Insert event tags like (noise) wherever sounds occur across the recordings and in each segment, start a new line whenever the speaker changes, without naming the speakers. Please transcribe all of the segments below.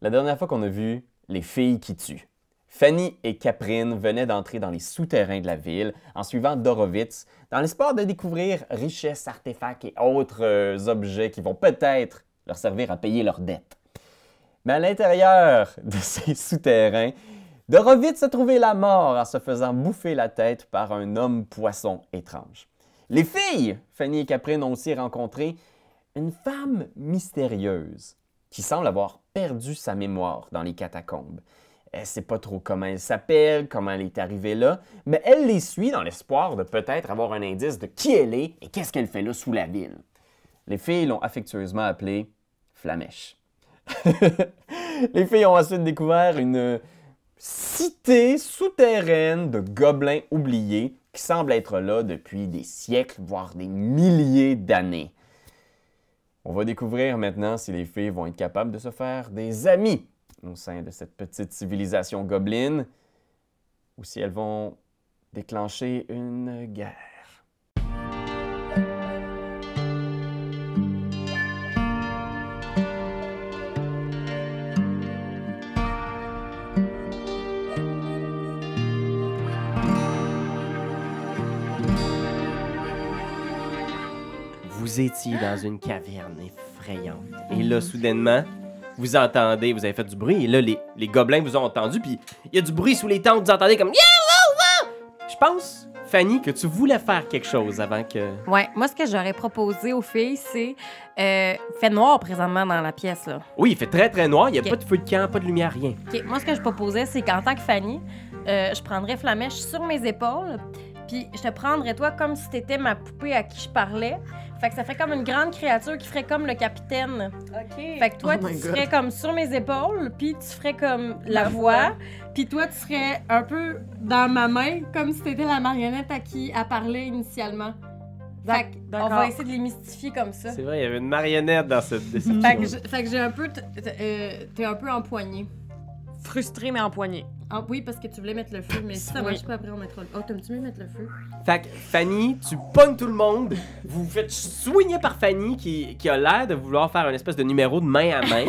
La dernière fois qu'on a vu les filles qui tuent, Fanny et Caprine venaient d'entrer dans les souterrains de la ville en suivant Dorowitz dans l'espoir de découvrir richesses, artefacts et autres euh, objets qui vont peut-être leur servir à payer leurs dettes. Mais à l'intérieur de (laughs) ces souterrains, Dorowitz a trouvé la mort en se faisant bouffer la tête par un homme poisson étrange. Les filles, Fanny et Caprine, ont aussi rencontré une femme mystérieuse qui semble avoir perdu sa mémoire dans les catacombes. Elle sait pas trop comment elle s'appelle, comment elle est arrivée là, mais elle les suit dans l'espoir de peut-être avoir un indice de qui elle est et qu'est-ce qu'elle fait là sous la ville. Les filles l'ont affectueusement appelée Flamèche. (laughs) les filles ont ensuite découvert une cité souterraine de gobelins oubliés qui semble être là depuis des siècles, voire des milliers d'années. On va découvrir maintenant si les filles vont être capables de se faire des amis au sein de cette petite civilisation gobeline ou si elles vont déclencher une guerre. Vous étiez dans une caverne effrayante. Et là, soudainement, vous entendez, vous avez fait du bruit, et là, les, les gobelins vous ont entendu, puis il y a du bruit sous les tentes, vous entendez comme... Je pense, Fanny, que tu voulais faire quelque chose avant que...
Ouais, moi, ce que j'aurais proposé aux filles, c'est. Euh, fait noir présentement dans la pièce, là.
Oui, il fait très très noir, il n'y a
Ok.
pas de feu de camp, pas de lumière, rien.
OK, moi, ce que je proposais, c'est qu'en tant que Fanny, euh, je prendrais Flamèche sur mes épaules, puis je te prendrais, toi, comme si t'étais ma poupée à qui je parlais. Fait que ça ferait comme une grande créature qui ferait comme le capitaine.
OK.
Fait que toi,
Oh my
tu
God.
serais comme sur mes épaules, puis tu ferais comme la
Ma
voix.
voix. Puis toi, tu serais un peu dans ma main, comme si t'étais la marionnette à qui elle parlait initialement. Fait que
On va essayer de les mystifier comme ça.
C'est vrai, il y avait une marionnette dans
(laughs)
cette déception.
Fait que, je- fait que j'ai un peu. t- t- euh, T'es un peu empoigné.
Frustré mais empoigné.
Ah, oui, parce que tu voulais mettre le feu, mais si ça
Oui.
marche pas après, on mettra le. Oh, t'aimes-tu mieux mettre le feu?
Fait que Fanny, tu pognes tout le monde, vous vous faites soigner par Fanny qui, qui a l'air de vouloir faire un espèce de numéro de main à
(laughs)
main.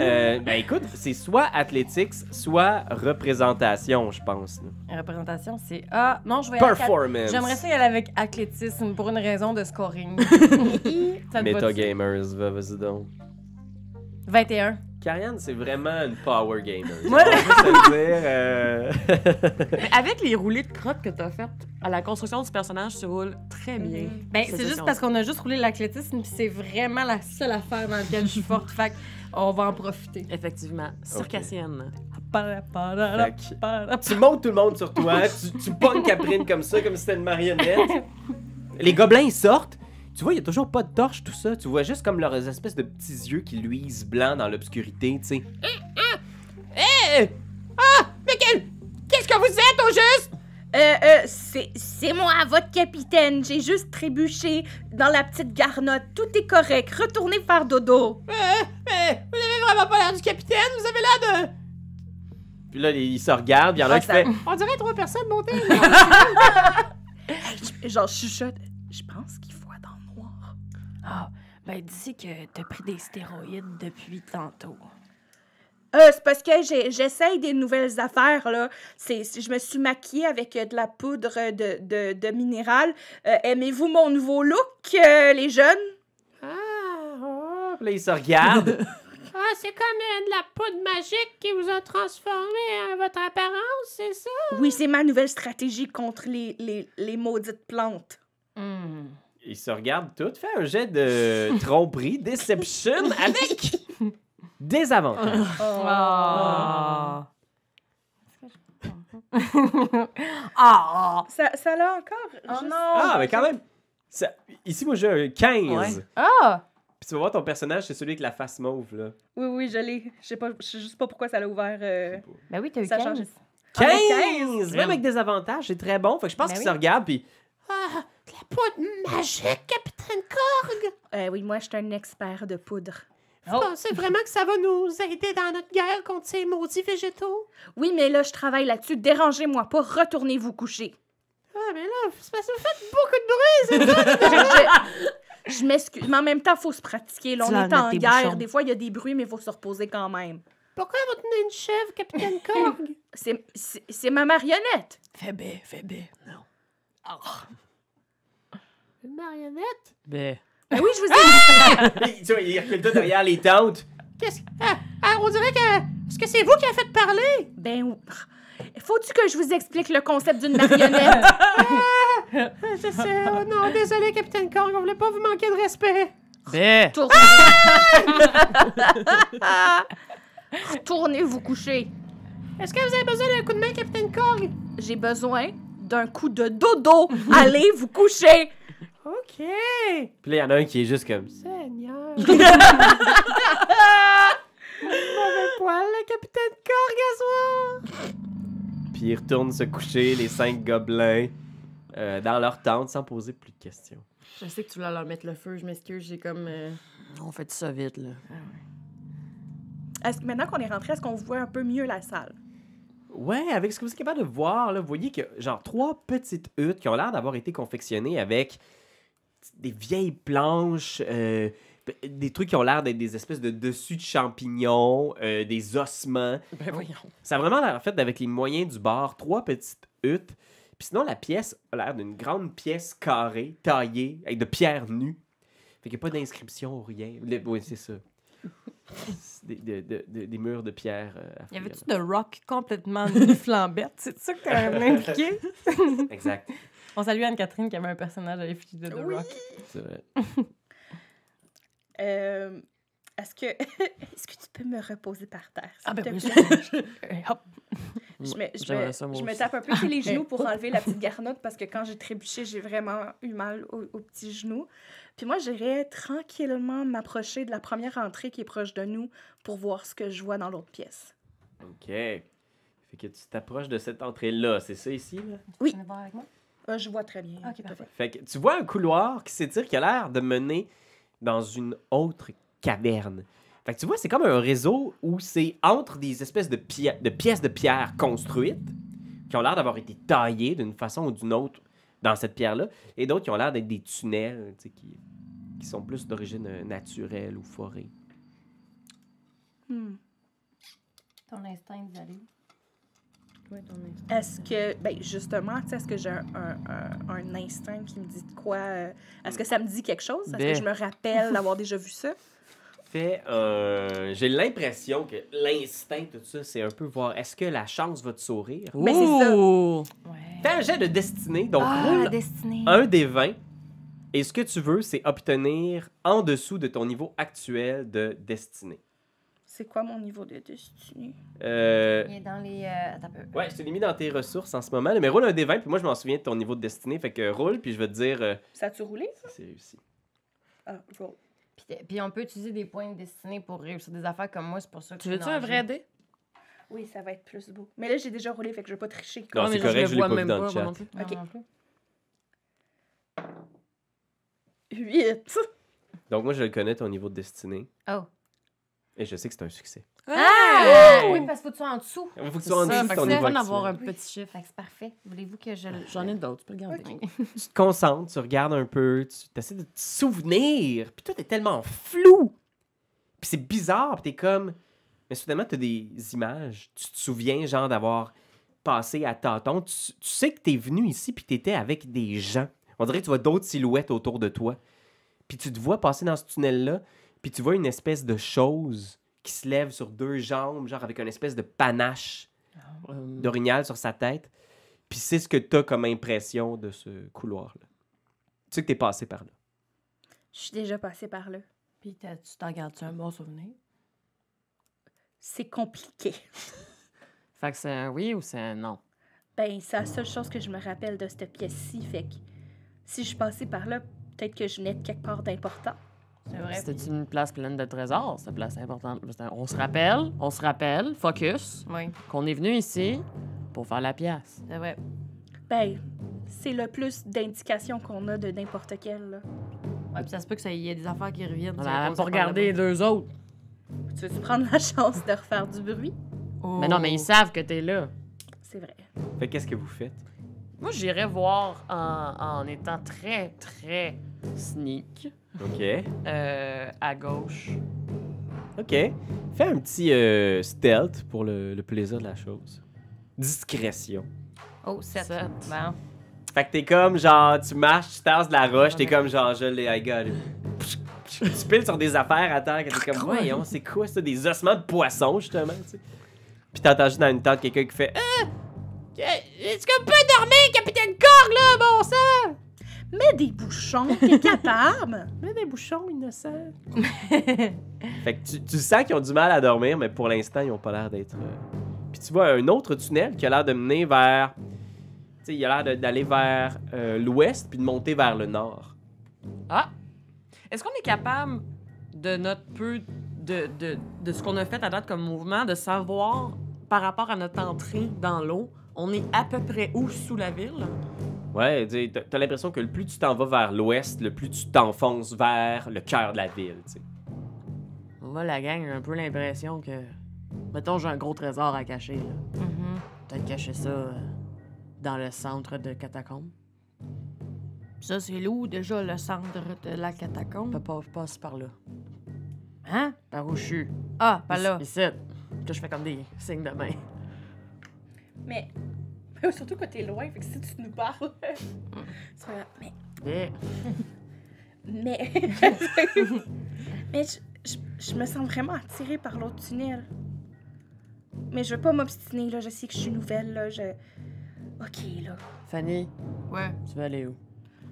Euh, ben écoute, c'est soit athlétiques, soit représentation, je pense. là.
La représentation, c'est. Ah, non, je vais y aller avec
Performance.
J'aimerais ça y aller avec athlétisme pour une raison de
(laughs)
scoring. ça te va-tu?
Metagamers, va- vas-y donc.
21.
Karianne, c'est vraiment une power gamer.
Moi,
On peut se le dire, euh,
Mais avec les roulés de crotte que t'as faites, à la construction du personnage se roule très bien.
Ben, c'est juste parce qu'on a juste roulé l'athlétisme, puis c'est vraiment la seule affaire dans laquelle je suis forte. Fait que on va en profiter.
Effectivement, circassienne.
(laughs) Fait que tu montes tout le monde sur toi, tu, tu pognes Caprine comme ça, comme si c'était une marionnette. Les gobelins ils sortent. Tu vois, il y a toujours pas de torche, tout ça. Tu vois juste comme leurs espèces de petits yeux qui luisent blancs dans l'obscurité, tu sais.
Qu'est-ce que vous êtes au juste? Euh, euh, c'est c'est moi, votre capitaine. J'ai juste trébuché dans la petite garnotte. Tout est correct. Retournez faire dodo.
vous avez vraiment pas l'air du capitaine, vous avez l'air de.
Puis là, les- ils se regardent, puis il y en a un qui fait
On dirait trois personnes montées.
Je- Genre, je chuchote. Je pense qu'il faut dans le noir.
Ben, dis que t'as pris des stéroïdes depuis tantôt.
Euh, c'est parce que j'ai- j'essaye des nouvelles affaires, là. C'est, c'est- je me suis maquillée avec euh, de la poudre de, de, de minéral. Euh, aimez-vous mon nouveau look, euh, les jeunes?
Ah, oh.
Puis là, ils se regardent.
Ah, c'est comme euh, de la poudre magique qui vous a transformé euh, votre apparence, c'est ça?
Oui, c'est ma nouvelle stratégie contre les, les, les maudites plantes.
Hmm.
Ils se regardent tous. Fais un jet de tromperie, deception, avec des avantages.
Ah.
Ah!
Ça, ça l'a encore? je-
Ah, mais quand même. ça- Ici, moi, j'ai un 15.
Ouais.
Ah!
Puis tu vas voir ton personnage, c'est celui avec la face mauve, là.
Oui, oui, je l'ai. Je sais pas, je sais juste pas pourquoi ça l'a ouvert. euh.
Ben oui, t'as eu
Ça
15.
change.
Ah, 15! Même avec des avantages, c'est très bon. Fait que je pense
Ben
qu'ils
oui.
se regardent, (laughs) puis
Ah, de la poudre magique, capitaine Cook.
Euh, oui, moi, je suis un expert de poudre.
Oh.
Vous pensez vraiment que ça va nous aider dans notre guerre contre ces maudits végétaux?
Oui, mais là, je travaille là-dessus. Dérangez-moi pas. Retournez-vous coucher. (laughs)
Ah, mais là, c'est parce que vous faites beaucoup de bruit.
Je- je- Je m'excuse. Mais en même temps, faut se pratiquer. Là,
Tu
on
vas
est en
mettre tes
guerre.
bouchons.
Des fois, il y a des bruits, mais il faut se reposer quand même.
Pourquoi vous tenez une chèvre, Capitaine Korg?
(laughs) C'est- C'est c'est ma marionnette.
Fais bé, fais bé. Non.
Une marionnette?
Ben,
Ben oui, je
(laughs)
vous ai
Et, tu vois, il recule tout derrière les tentes.
Qu'est-ce que. Ah, ah, on dirait que. Est-ce que c'est vous qui avez fait
(laughs)
parler?
dit. Ben, ou- faut-tu que je vous explique le concept d'une marionnette?
(laughs)
Ah, Je sais. Oh non, désolé, Capitaine Korg, on voulait pas vous manquer de respect.
ben,
Tourne- Retournez vous coucher.
Est-ce que vous avez besoin d'un coup de main, Capitaine Korg?
J'ai besoin d'un coup
(laughs)
de dodo. Allez vous coucher.
OK.
Puis là, il y en a un qui est juste comme.
Seigneur. Mauvais poil, le Capitaine Korg, à soir.
Puis ils retournent se coucher, les cinq gobelins, euh, dans leur tente, sans poser plus de questions.
Je sais que tu voulais leur mettre le feu, je m'excuse, j'ai comme. euh,
on fait ça vite, là.
Est-ce que maintenant qu'on est rentré, est-ce qu'on voit un peu mieux la salle?
Ouais, avec ce que vous êtes capable de voir, là, vous voyez que, genre, trois petites huttes qui ont l'air d'avoir été confectionnées avec des vieilles planches, euh, p- des trucs qui ont l'air d'être des espèces de dessus de champignons, euh, des ossements.
Ben voyons.
Ça a vraiment l'air, en fait, avec les moyens du bord, trois petites huttes. Puis sinon, la pièce a l'air d'une grande pièce carrée, taillée, avec de pierres nues. Fait qu'il n'y a pas d'inscription ou rien. Le- oui, c'est ça. C'est Des, de- de- de- des murs de pierre. euh,
Y avait-tu
africaines.
de rock complètement (laughs) nu flambette? C'est ça que t'as impliqué?
Exact.
On salue Anne-Catherine qui avait un personnage à l'effigie de The
Oui.
Rock.
C'est vrai.
Euh, est-ce que (laughs) est-ce que tu peux me reposer par terre? s'il
Ah ben
te
oui,
plaît?
Eh, hop.
Je me, je
J'aimerais
me-
ça, moi
je me
aussi.
tape un peu sur les
(laughs)
genoux pour enlever la petite garnotte parce que quand j'ai trébuché, j'ai vraiment eu mal au- aux petits genoux. Puis moi, j'irais tranquillement m'approcher de la première entrée qui est proche de nous pour voir ce que je vois dans l'autre pièce.
OK. Fait que tu t'approches de cette entrée-là. C'est ça ici, là?
Tu veux voir avec moi?
Euh, je vois très bien.
Ok, parfait.
Fait que tu vois un couloir qui s'étire qui a l'air de mener dans une autre caverne. Fait que tu vois, c'est comme un réseau où c'est entre des espèces de, pie- de pièces de pierre construites qui ont l'air d'avoir été taillées d'une façon ou d'une autre dans cette pierre-là et d'autres qui ont l'air d'être des tunnels tu sais, qui, qui sont plus d'origine euh, naturelle ou forêt.
Hmm.
Ton instinct d'y aller. Oui, ton instinct.
Est-ce que, ben justement, tu sais, est-ce que j'ai un, un- un- un instinct qui me dit de quoi? euh, Est-ce que ça me dit quelque chose? Est-ce
Ben.
que je me rappelle d'avoir déjà vu ça?
Fait, euh, j'ai l'impression que l'instinct, tout ça, c'est un peu voir est-ce que la chance va te sourire.
Mais c'est ça.
Ouh!
Ouais.
Fais un jet de destinée, donc
Ah,
roule un des 20. Et ce que tu veux, c'est obtenir en dessous de ton niveau actuel de destinée.
C'est quoi mon niveau de destinée?
Euh,
Il est dans les. Euh, attends un peu.
ouais, je te l'ai mis dans tes ressources en ce moment, là, mais roule un des 20, puis moi je m'en souviens de ton niveau de destinée, fait que roule, puis je vais te dire euh,
Ça a-tu roulé?
si c'est réussi.
Ah, roll.
Puis, t'es- puis on peut utiliser des points de destinée pour réussir des affaires comme moi, c'est pour ça que
Tu
je suis
veux-tu
dans
un
le
vrai
jeu.
dé?
Oui, ça va être plus beau. Mais là, j'ai déjà roulé, fait que je vais pas tricher.
Non,
Ouais, mais
c'est correct, je l'ai
vois
pas vu
même
dans le
moi
chat.
non plus.
Non,
Ok.
non plus.
8!
Donc moi je le connais, ton niveau de destinée.
Oh.
Et je sais que c'est un succès.
Ah! Oui, parce qu'il faut que tu sois en dessous.
Il faut que tu
ben, C'est
sois en
ça,
dessous de
fait que
ton
c'est
niveau
fun
actuel.
d'avoir un
Oui.
petit chiffre.
Fait que c'est parfait. Voulez-vous que je le.
J'en ai d'autres, tu peux le garder.
Tu te concentres, tu regardes un peu, tu essaies de te souvenir, puis tout est tellement flou. Puis c'est bizarre, puis t'es comme... Mais soudainement, t'as des images. Tu te souviens, genre, d'avoir passé à tâtons. Tu, tu sais que t'es venu ici, puis t'étais avec des gens. On dirait que tu vois d'autres silhouettes autour de toi. Puis tu te vois passer dans ce tunnel-là, puis tu vois une espèce de chose qui se lève sur deux jambes, genre avec une espèce de panache
Euh,
d'orignal sur sa tête. Puis c'est ce que t'as comme impression de ce couloir-là. Tu sais que t'es passé par là.
Je suis déjà passée par là.
Puis t'as- tu t'en gardes-tu un bon souvenir?
C'est compliqué.
Fait que c'est un oui ou c'est un non?
Ben, c'est la seule chose que je me rappelle de cette pièce-ci, fait que si je suis passée par là, peut-être que je venais de quelque part d'important.
C'est vrai.
C'était une place pleine de trésors, cette place importante. Parce que On se rappelle, on se rappelle, focus,
Oui,
qu'on est venu ici pour faire la pièce.
c'est vrai.
Ben, c'est le plus d'indications qu'on a de n'importe quel, là.
Ouais, puis ça se peut que ça y ait des affaires qui reviennent.
On
tu sais,
a
qu'on
pas
se
regardé les
parle
deux autres.
Tu veux-tu prendre la chance de refaire du bruit?
là-bas. Oh.
Mais non, mais ils savent que t'es là.
C'est vrai.
Fait que qu'est-ce que vous faites?
Moi, j'irais voir en, en étant très, très sneak.
OK.
euh, à gauche.
OK. Fais un petit euh, stealth pour le, le plaisir de la chose. Discrétion.
Oh, 7.
Sept.
Bon.
Fait que t'es comme genre, tu marches, tu tasses de la roche, t'es comme genre, je l'ai, I got it. Tu piles sur des affaires à terre que t'es comme, voyons, c'est Ah, quoi ça, des ossements de poisson, justement, tu sais. Puis t'entends juste dans une tente quelqu'un qui fait, ah!
Est-ce qu'on peut dormir, capitaine Korg, là, bon sang?
Mets des bouchons, (laughs) t'es capable.
Mets des bouchons innocents. (laughs) fait que tu, tu sens qu'ils ont du mal à dormir, mais pour l'instant, ils ont pas l'air d'être. euh. Puis tu vois un autre tunnel qui a l'air de mener vers. Tu sais, il a l'air de- d'aller vers euh, l'ouest puis de monter vers le nord.
Ah! Est-ce qu'on est capable, de notre peu, de, de, de ce qu'on a fait à date comme mouvement, de savoir par rapport à notre entrée dans l'eau, on est à peu près où sous la ville?
Ouais, tu sais, t'as- t'as l'impression que le plus tu t'en vas vers l'ouest, le plus tu t'enfonces vers le cœur de la ville, tu sais.
Moi, la gang, j'ai un peu l'impression que. Mettons, j'ai un gros trésor à cacher, là.
Mhm.
Peut-être cacher ça euh, dans le centre de Catacombe.
Ça, c'est lourd, déjà, le centre de la
On peut
catacombe.
pas passer par là.
Hein?
Par où je suis.
Ah, pas là.
Ici. Que je fais comme des signes de main.
Mais ben, surtout quand t'es loin, fait que si tu nous parles, (laughs) tu vas- mais
Mais.
mais (laughs) mais je, je, je me sens vraiment attirée par l'autre tunnel. Mais je veux pas m'obstiner là, je sais que je suis nouvelle là, je OK là.
Fanny,
Ouais.
tu veux aller où?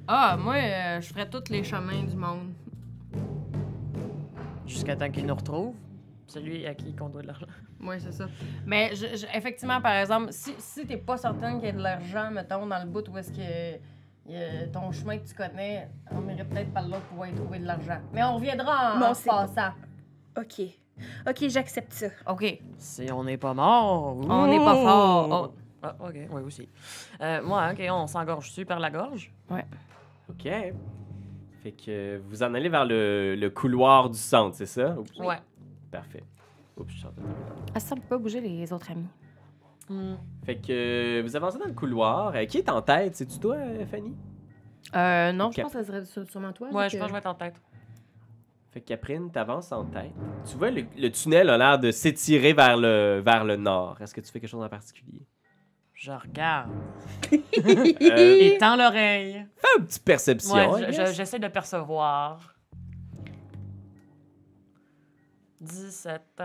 Ah, moi, euh, je ferais tous les chemins du monde.
Jusqu'à temps qu'il nous retrouve. Celui à qui il conduit l'argent.
Ouais, c'est ça.
Mais je- je- effectivement, par exemple, si, si t'es pas certaine qu'il y a de l'argent, mettons, dans le bout où est-ce que euh, ton chemin que tu connais, on irait peut-être par là pour pouvoir y trouver de l'argent. Mais on reviendra en,
Bon,
en
c'est-
passant.
OK. OK, j'accepte ça.
OK.
Si on n'est pas mort.
On n'est pas fort.
Ah, ok, oui aussi. Euh, moi, ok, on s'engorge dessus par la gorge.
OK. Fait que vous en allez vers le, le couloir du centre, c'est ça? Oups.
Ouais.
Parfait. Oups, je suis en train de-
Ah, ça peut pas bouger les autres amis.
Hmm.
Fait que euh, vous avancez dans le couloir. Euh, qui est en tête? C'est-tu toi, euh, Fanny?
Euh, non,
Ok.
je pense que ça serait sû- sûrement toi.
Ouais,
vu
je pense que je vais être en tête.
Fait que Caprine, t'avances en tête. Tu vois, le, le tunnel a l'air de s'étirer vers le, vers le nord. Est-ce que tu fais quelque chose en
(laughs)
particulier?
Je regarde.
Euh,
Et tend l'oreille.
fais une petite perception.
Ouais,
I
je- je-
guess.
j'essaie de percevoir. 17.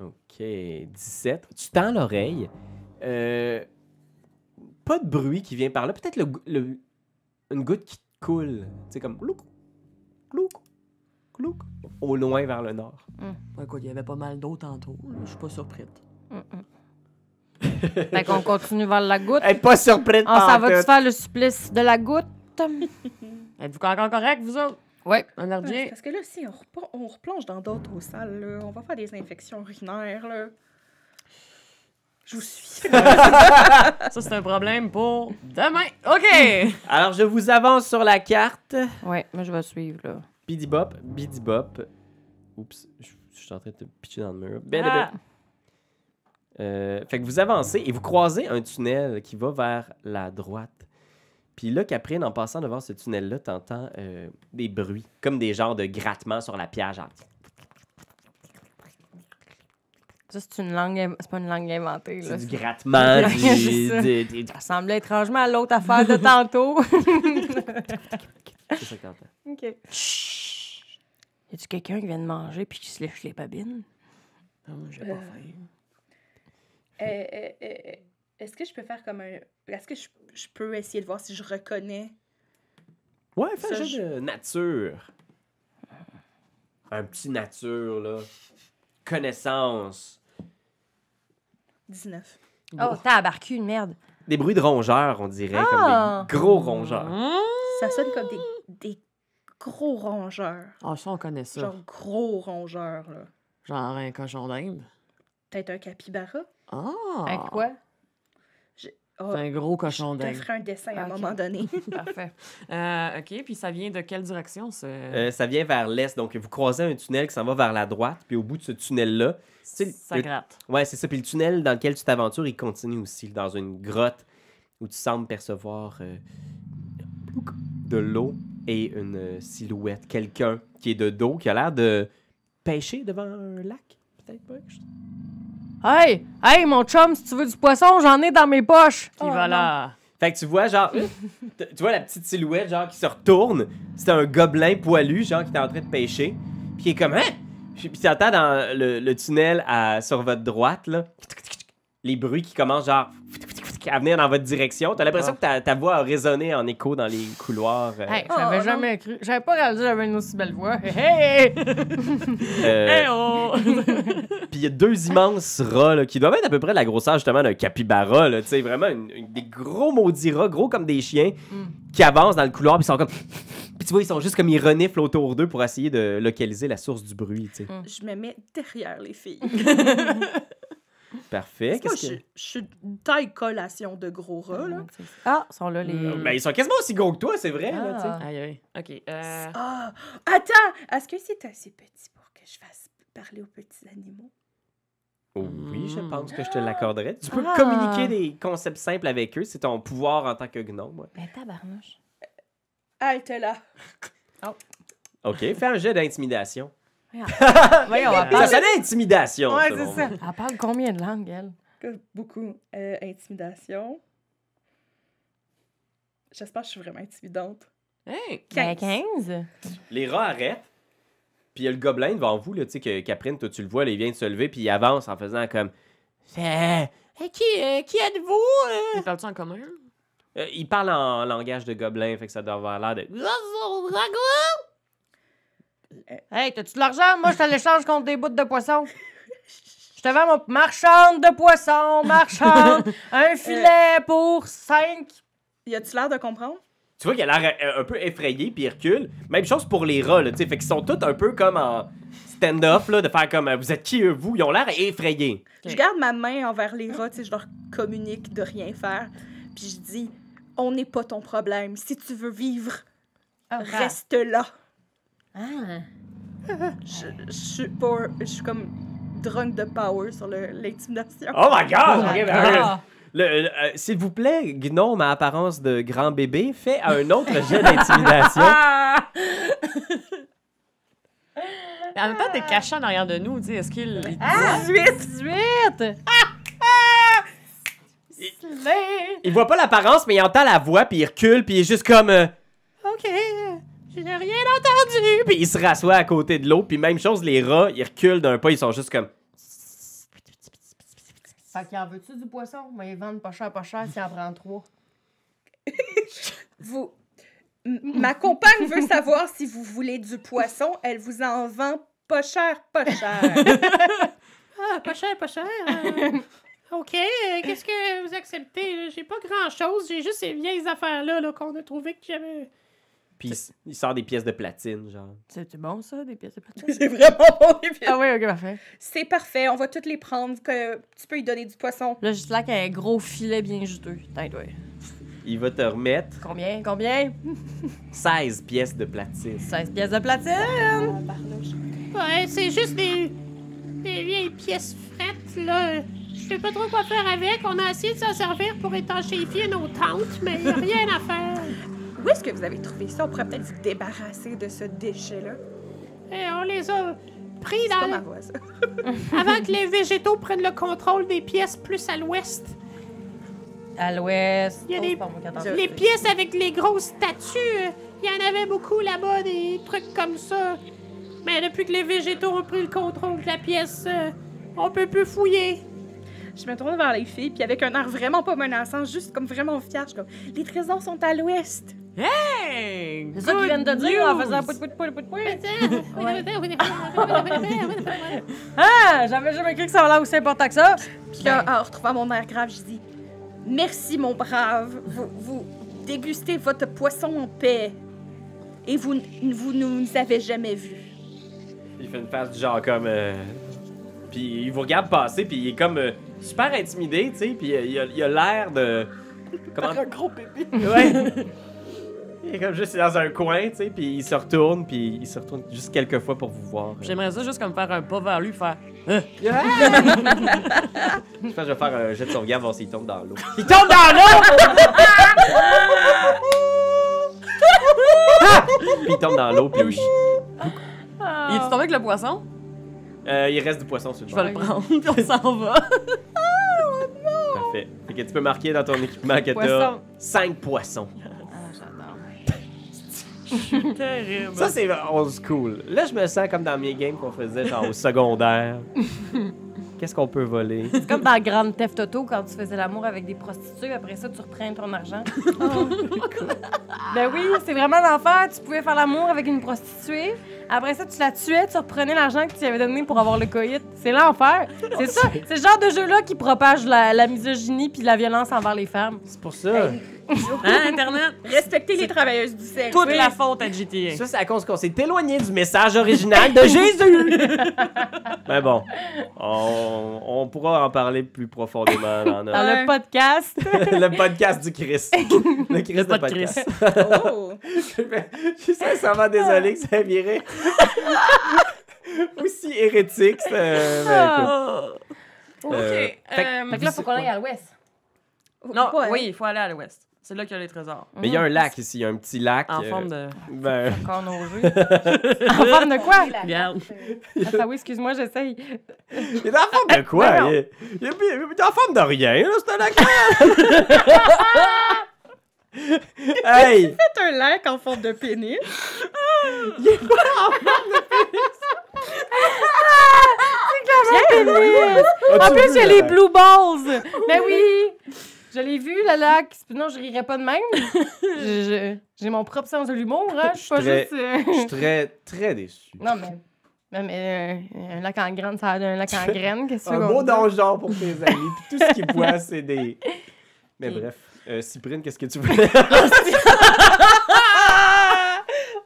Ok, 17. Tu tends l'oreille. Euh, pas de bruit qui vient par là. Peut-être le, go- le- une goutte qui coule. Tu sais, comme clouc, clouc, clouc. Au loin vers le nord.
Ouais, écoute, il y avait pas mal d'eau tantôt. là, Je suis pas surprête.
(laughs) Fait qu'on continue vers la goutte.
Elle est pas surprise
Ah,
On s'en Ah, va-tu faire le supplice de la goutte?
Êtes-vous encore correct, vous autres?
Ouais.
Un
Ouais, c'est
herbier?
parce que là si on, repon- on replonge dans d'autres salles là, on va faire des infections urinaires là. Je vous (laughs) suis.
Ça, c'est un problème pour demain. OK!
Alors, je vous avance sur la carte.
Ouais, moi, je vais suivre, là.
Bidibop, bidibop. Oups, je, je suis en train de te pitcher dans le mur. Belle,
Ah!
Ah!
Euh, fait que vous avancez et vous croisez un tunnel qui va vers la droite. Puis là, Caprine, en passant devant ce tunnel-là, t'entends euh, des bruits, comme des genres de grattements sur la Ah, pierre. genre.
Ça, c'est une langue... in- C'est pas une langue inventée, là.
c'est du grattement,
(laughs)
du-
C'est ça.
du- du- du-
Ça ressemblait étrangement à l'autre affaire de (laughs) tantôt.
c'est ça que t'entends.
Y a-tu quelqu'un qui vient de manger puis qui se lèche les babines?
Ah, moi, J'ai pas faim.
Euh, euh, euh, est-ce que je peux faire comme un. Est-ce que je, je peux essayer de voir si je reconnais.
Ouais, fais un
Ça,
jeu de nature. Un petit nature, là. Connaissance.
19.
oh, t'as abarqué une merde.
Des bruits de rongeurs, on dirait,
Ah!
comme des gros rongeurs.
Ça sonne comme des, des gros rongeurs.
Ah, ça, on connaît ça.
Genre gros rongeurs, là.
Genre un cochon d'Inde.
Peut-être un capybara.
Ah!
Hein, quoi?
Oh,
C'est un gros cochon
je te
d'Inde.
ferai un dessin à un
Ok.
moment
(laughs)
donné.
Parfait. Euh, OK, puis ça vient de quelle direction, ce...
Euh, ça vient vers l'est, donc vous croisez un tunnel qui s'en va vers la droite, puis au bout de ce tunnel-là, c'est le-
ça
le-
gratte.
ouais, c'est ça, puis le tunnel dans lequel tu t'aventures, il continue aussi dans une grotte où tu sembles percevoir euh, de l'eau et une euh, silhouette, quelqu'un qui est de dos, qui a l'air de pêcher devant un lac, peut-être pas. je sais
Hey! Hey, mon chum, si tu veux du poisson, j'en ai dans mes poches!
Puis voilà.
Fait que tu vois, genre, t- tu vois la petite silhouette, genre, qui se retourne. C'est un gobelin poilu, genre, qui est en train de pêcher. Puis qui est comme, hein? Puis puis t'entends dans le, le tunnel à, sur votre droite, là, les bruits qui commencent, genre, à venir dans votre direction. T'as l'impression que ta, ta voix a résonné en écho dans les couloirs. euh,
Hey,
Oh,
j'avais
non.
jamais cru. J'avais pas réalisé que j'avais une aussi belle voix. (laughs) Hey! hey!
euh,
Eh oh!
Puis il y a deux immenses rats là, qui doivent être à peu près la grosseur justement d'un capybara, là, tu sais, vraiment une- une- des gros maudits rats, gros comme des chiens,
Mm.
qui avancent dans le couloir, puis ils sont comme. Puis tu vois, ils sont juste comme ils reniflent autour d'eux pour essayer de localiser la source du bruit, tu sais.
Je me mets derrière les filles.
Eh,
(laughs)
Parfait.
Moi,
Qu'est-ce
je,
que...
je suis une taille collation de gros rats, là.
ah, sont là les.
Ben, ils sont quasiment aussi gros que toi, c'est vrai, là, tu sais.
Ah.
Aïe, aïe. OK. euh,
Ah! Attends! Est-ce que c'est assez petit pour que je fasse parler aux petits animaux?
Oh oui, je pense que je te l'accorderais. Tu peux
Ah.
communiquer des concepts simples avec eux, c'est ton pouvoir en tant que gnome. ouais.
Ben, tabarnouche.
Halte là!
Ok, fais un jet d'intimidation.
Ah, Voyons, elle
Ça
parle-
s'appelle intimidation.
Ouais,
ça,
c'est
mon
ça. Elle parle combien de langues, elle?
Que- Beaucoup. Euh, intimidation. J'espère que je suis vraiment intimidante.
Hey!
Ben,
15.
15.
Les rats arrêtent. Puis il y a le gobelin devant vous, là, tu sais, que Caprine, toi, tu le vois, là, il vient de se lever, puis il avance en faisant comme. Eh, eh, qui, euh, qui êtes-vous? euh?
Ils parlent-tu en commun?
Euh, il parle en langage de gobelin, fait que ça doit avoir l'air de.
Hey, t'as-tu de l'argent? Moi, je te l'échange contre des bouts de poisson. Je te vends mon marchande de poisson,
(laughs)
marchande. Un filet pour 5.
Y a-tu l'air de comprendre?
Tu vois qu'il a l'air euh, un peu effrayé, puis il recule. Même chose pour les rats, là, tu sais, fait qu'ils sont tous un peu comme en stand-off, là, de faire comme. euh, Vous êtes qui, eux, vous? Ils ont l'air effrayés.
Je garde ma main envers les rats, tu sais, je leur communique de rien faire. Puis je dis, on n'est pas ton problème. Si tu veux vivre, reste là.
Ah.
Je, je suis pas- je suis comme drunk de power sur le- l'intimidation.
Oh my god! Ok, ben, euh, le- le- euh, S'il vous plaît, gnome à apparence de grand bébé, fais un autre jet d'intimidation.
Mais en même temps,
Ah.
t'es caché en arrière de nous. tu sais, Est-ce qu'il. il-
18.
Il voit pas l'apparence, mais il entend la voix, puis il recule, puis il est juste comme. euh, ok, euh, je n'ai rien entendu. Puis il se rassoit à côté de l'autre, puis même chose, les rats, ils reculent d'un pas, ils sont juste comme.
Fait qu'il en veut-tu du poisson? Mais ils vendent pas cher, pas cher, s'il en prend 3.
Vous, M- ma compagne veut savoir si vous voulez du poisson. Elle vous en vend pas cher,
(laughs)
pas cher.
Ah, pas cher, pas cher. euh. OK, euh, qu'est-ce que vous acceptez? là? J'ai pas grand-chose, j'ai juste ces vieilles affaires-là là, qu'on a trouvées que j'avais...
Puis il s- il sort des pièces de platine, genre.
C'est bon, ça, des pièces de (laughs) poisson?
C'est vraiment bon. les filles.
Ah oui, ok, parfait.
C'est parfait. On va toutes les prendre. Que tu peux y donner du poisson.
Là, juste là qu'il y a un gros filet bien juteux. Tête, ouais.
Il va te remettre
Combien? Combien?
16 pièces de platine.
16 pièces de platine?
Ouais, hein. c'est juste des, des vieilles pièces frettes, là. Je sais pas trop quoi faire avec. On a essayé de s'en servir pour étanchéifier nos tentes, mais y a rien à faire.
Où est-ce que vous avez trouvé ça? On pourrait peut-être se débarrasser de ce déchet-là.
Et Eh, on les a pris
C'est pas ma
dans,
voix, ça.
avant que les végétaux prennent le contrôle des pièces plus à l'ouest.
À l'ouest.
Il y a
Oh,
des-
c'est pas moi qui attends.
Les pièces avec les grosses statues, euh, il y en avait beaucoup là-bas, des trucs comme ça. Mais depuis que les végétaux ont pris le contrôle de la pièce, euh, on peut plus fouiller.
Je me tourne vers les filles, puis avec un air vraiment pas menaçant, juste comme vraiment fier, je suis comme Les trésors sont à l'ouest.
Hey!
C'est ça qu'ils viennent de dire en faisant pout pout pout pout pout.
(laughs)
(laughs)
Ah! J'avais jamais cru que ça allait aussi important que ça.
Puis là, en retrouvant mon air grave, je dis Merci, mon brave. Vous, vous dégustez votre poisson en paix. Et vous, vous ne nous avez jamais vus.
Il fait une face du genre comme. euh, Puis il vous regarde passer, puis il est comme euh, super intimidé, tu sais, puis euh, il a- il a l'air de. Comment
un gros bébé.
Ouais.
(laughs)
Il est comme juste dans un coin, tu sais, puis il se retourne, puis il se retourne juste quelques fois pour vous voir. Je
J'aimerais ça juste comme faire un pas vers lui, faire.
pense que je vais faire un jet de sauvegarde, voir s'il tombe dans l'eau.
Il tombe dans l'eau!
Puis il tombe dans
(laughs)
l'eau, puis
Il est tombé avec le poisson?
Euh, il reste du poisson sur le
Je vais
bord.
le prendre, puis on s'en va.
Parfait. Fait que tu peux marquer dans ton équipement que t'as
Poisson. Ah,
5 poissons.
Terrible.
Ça, c'est old school. Là, je me sens comme dans mes games qu'on faisait genre
(laughs)
au secondaire. Qu'est-ce qu'on peut voler?
C'est comme dans Grande Theft Auto quand tu faisais l'amour avec des prostituées, après ça, tu reprends ton argent. ben oui, c'est vraiment l'enfer. Tu pouvais faire l'amour avec une prostituée, après ça, tu la tuais, tu reprenais l'argent que tu lui avais donné pour avoir le coït. C'est l'enfer. C'est ça. C'est ce genre de jeu-là qui propage la, la misogynie puis la violence envers les femmes.
C'est pour ça.
Hein,
(laughs)
Internet?
Respectez les travailleuses du sexe.
Toute la faute à GTA.
Ça, c'est à cause qu'on s'est éloigné du message original de Jésus! Mais bon, on, on pourra en parler plus profondément dans
Dans
notre-
le podcast,
(laughs) le podcast
(laughs)
du Chris. Le Chris de
Ah. Pas de
podcast.
Oh.
Je suis sincèrement désolé que ça
(laughs)
ait viré aussi hérétique. ça- ben,
Oh.
écoute. Euh, fait-
fait que là, faut qu'on aille à l'ouest.
Non,
Pas, hein?
oui, il faut aller à l'ouest. C'est là qu'il y a les trésors.
Mais il y a un lac ici, il y a un petit lac.
En
euh,
forme de.
ben,
Quand on joue. (laughs) en forme de
(laughs)
quoi?
Regarde.
Ah, ça, oui, excuse-moi, j'essaye.
(laughs) il est en forme de quoi? Il est, il est- il est en forme de rien, là, c'est un lac. hey!
C'est un lac en forme de pénis.
En
As-tu
plus,
vu
j'ai
le
les
lac?
Blue Balls! Mais Ben oui! Je l'ai vu, le lac. Non, je rirais pas de (laughs) même. Je- je- J'ai mon propre sens de l'humour, hein. Je suis pas
Très-
juste... euh,
Je suis très, très déçu.
Non, mais... Non, mais euh, un lac en graine, ça a l'air d'un lac
(laughs)
en graine. Qu'est-ce que
Un
tu veux
beau
qu'on dise?
donjon pour tes amis. Puis tout ce qu'ils voient, c'est des. Mais bref, euh, Cyprine, qu'est-ce que tu voulais? (laughs)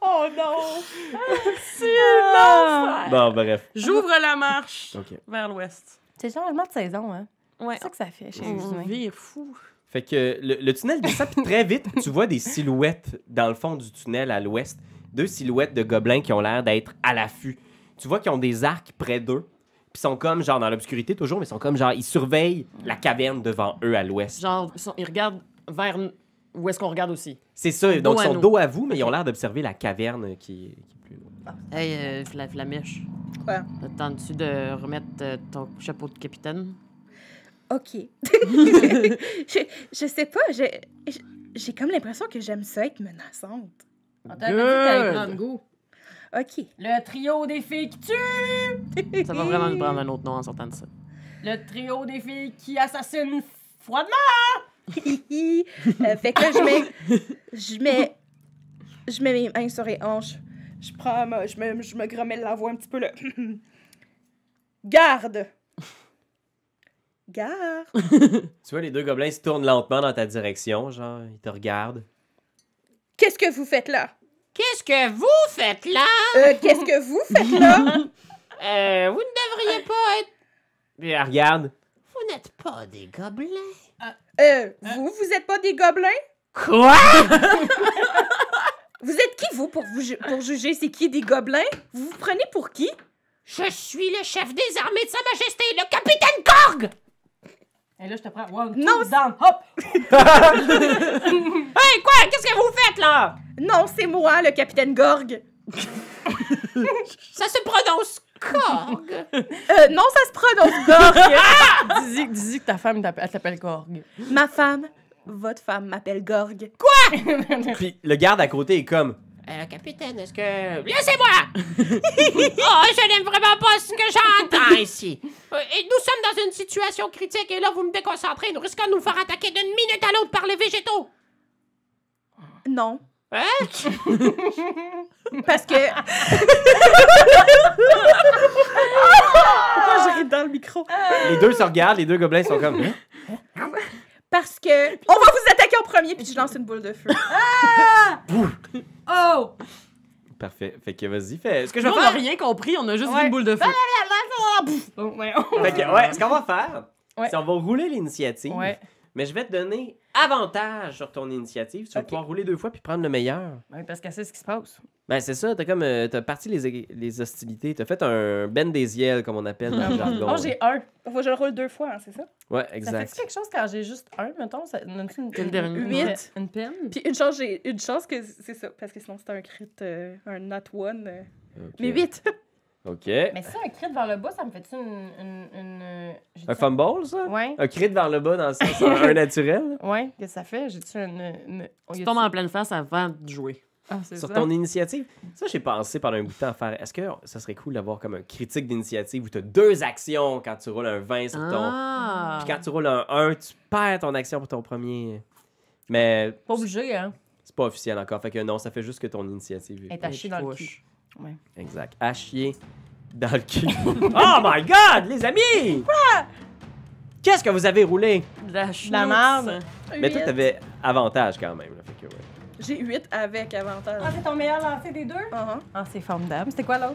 Oh non! Ah.
bon, bref.
J'ouvre la marche
OK.
vers l'ouest.
C'est le changement de saison, hein.
Ouais.
C'est ça que ça fait chez les
On
humains.
vire fou.
Fait que le, le tunnel descend, puis très vite, tu vois des silhouettes dans le fond du tunnel à l'ouest. Deux silhouettes de gobelins qui ont l'air d'être à l'affût. Tu vois qu'ils ont des arcs près d'eux. Puis sont comme, genre, dans l'obscurité toujours, mais sont comme, genre, ils surveillent la caverne devant eux à l'ouest.
Genre, ils sont- ils regardent vers n- où est-ce qu'on regarde aussi.
C'est ça,
Dos
donc
à
ils sont
nous.
dos à vous, mais ils ont l'air d'observer la caverne qui, est- qui est plus loin.
Hey, euh, la Flamèche.
Quoi?
Attends-tu de remettre euh, ton chapeau de capitaine?
OK. (laughs) je, je sais pas, j'ai j'ai- j'ai comme l'impression que j'aime ça être menaçante.
On t'avait dit que t'allais prendre goût.
OK.
Le trio des filles qui tuent!
Ça va vraiment nous prendre un autre nom en sortant de ça.
Le trio des filles qui assassinent froidement!
(laughs) Euh, fait que là, je mets. Je mets. Je mets mes mains sur les hanches. Je prends. ma- je, me, je me grommelle la voix un petit peu là. (clears throat) Garde! Garde!
Tu vois, les deux gobelins se tournent lentement dans ta direction, genre, ils te regardent.
Qu'est-ce que vous faites là?
Qu'est-ce que vous faites là?
Euh, Qu'est-ce que vous faites là?
Euh, vous ne devriez pas être.
Puis elle regarde.
Vous n'êtes pas des gobelins.
Euh, vous, vous êtes pas des gobelins?
Quoi?
Vous êtes qui, vous, pour, vous ju- pour juger c'est qui des gobelins? Vous vous prenez pour qui?
Je suis le chef des armées de Sa Majesté, le capitaine Korg!
Et là, je te prends. One, two,
Non,
down, hop!
Hey, quoi? Qu'est-ce que vous faites là?
Non, c'est moi, le capitaine Gorg.
Ça se prononce Korg.
Euh, non, ça se prononce Gorg. (laughs)
dis, dis que ta femme t'appelle- elle t'appelle Gorg.
Ma femme, votre femme m'appelle Gorg.
Puis le garde à côté est comme.
Euh, capitaine, est-ce que. Laissez-moi! oh, je n'aime vraiment pas ce que j'entends ici. Euh, Et nous sommes dans une situation critique et là, vous me déconcentrez. Nous risquons de nous faire attaquer d'une minute à l'autre par les végétaux.
Non,
Hein?
(laughs) parce que. Pourquoi je ris dans le micro?
Les deux se regardent, les deux gobelins sont comme. Hein?
Parce que. On va vous attaquer en premier, puis je lance une boule
(laughs)
de feu.
Oh!
Parfait. Fait que vas-y, fais. Ce que je
Nous,
vais
on n'a
faire.
rien compris, on a juste vu
Ouais.
une boule de feu.
ouais,
Oh,
Fait que, ouais, ce qu'on va faire,
Ouais.
c'est on va rouler l'initiative.
ouais.
Mais je vais te donner avantage sur ton initiative. Tu vas pouvoir rouler deux fois puis prendre le meilleur.
Oui, parce que c'est ce qui
(laughs)
se passe.
Ben, c'est ça. T'as comme. euh, t'as parti les, ég- les hostilités. T'as fait un ben des yeux, comme on appelle dans le jargon.
Ah,
Oh, j'ai un.
Faut que je le roule deux fois, hein, c'est ça?
Ouais,
Ça fait
exact.
quelque chose quand j'ai juste un, mettons? Ça donne une,
le dernier.
Huit.
Une peine?
Puis une chance, j'ai une chance que c'est ça, parce que sinon c'était un crit, euh, un not one. euh.
Ok.
Mais vite!
Ok.
Mais si un crit vers le bas, ça me fait-tu une. une, une, euh, j'ai-tu
Un fumble, ça?
Ouais.
Un crit vers le bas dans le
(laughs)
sens un un naturel?
Ouais, qu'est-ce que ça fait? J'ai-tu une. une...
Tu tombes en pleine face avant de jouer.
Ah, c'est
Sur
ça.
ton initiative? Ça, j'ai pensé pendant un bout de temps à faire. Est-ce que ça serait cool d'avoir comme un critique d'initiative où t'as deux actions quand tu roules un 20 sur ton.
Ah!
Puis quand tu roules un 1, tu perds ton action pour ton premier. Mais
Pas obligé, hein?
c'est pas officiel encore. Fait que non, ça fait juste que ton initiative.
Elle est à chier dans le cul.
Exact. À chier
Eh.
dans le cul. oh my god, les amis! Qu'est-ce que vous avez roulé?
La,
La merde.
Mais toi,
Huit.
t'avais avantage quand même. là. Fait que, ouais.
J'ai 8 avec
Ah,
avantage.
c'est ton meilleur lancé des deux?
Ah,
Ah, c'est formidable. C'était quoi l'autre?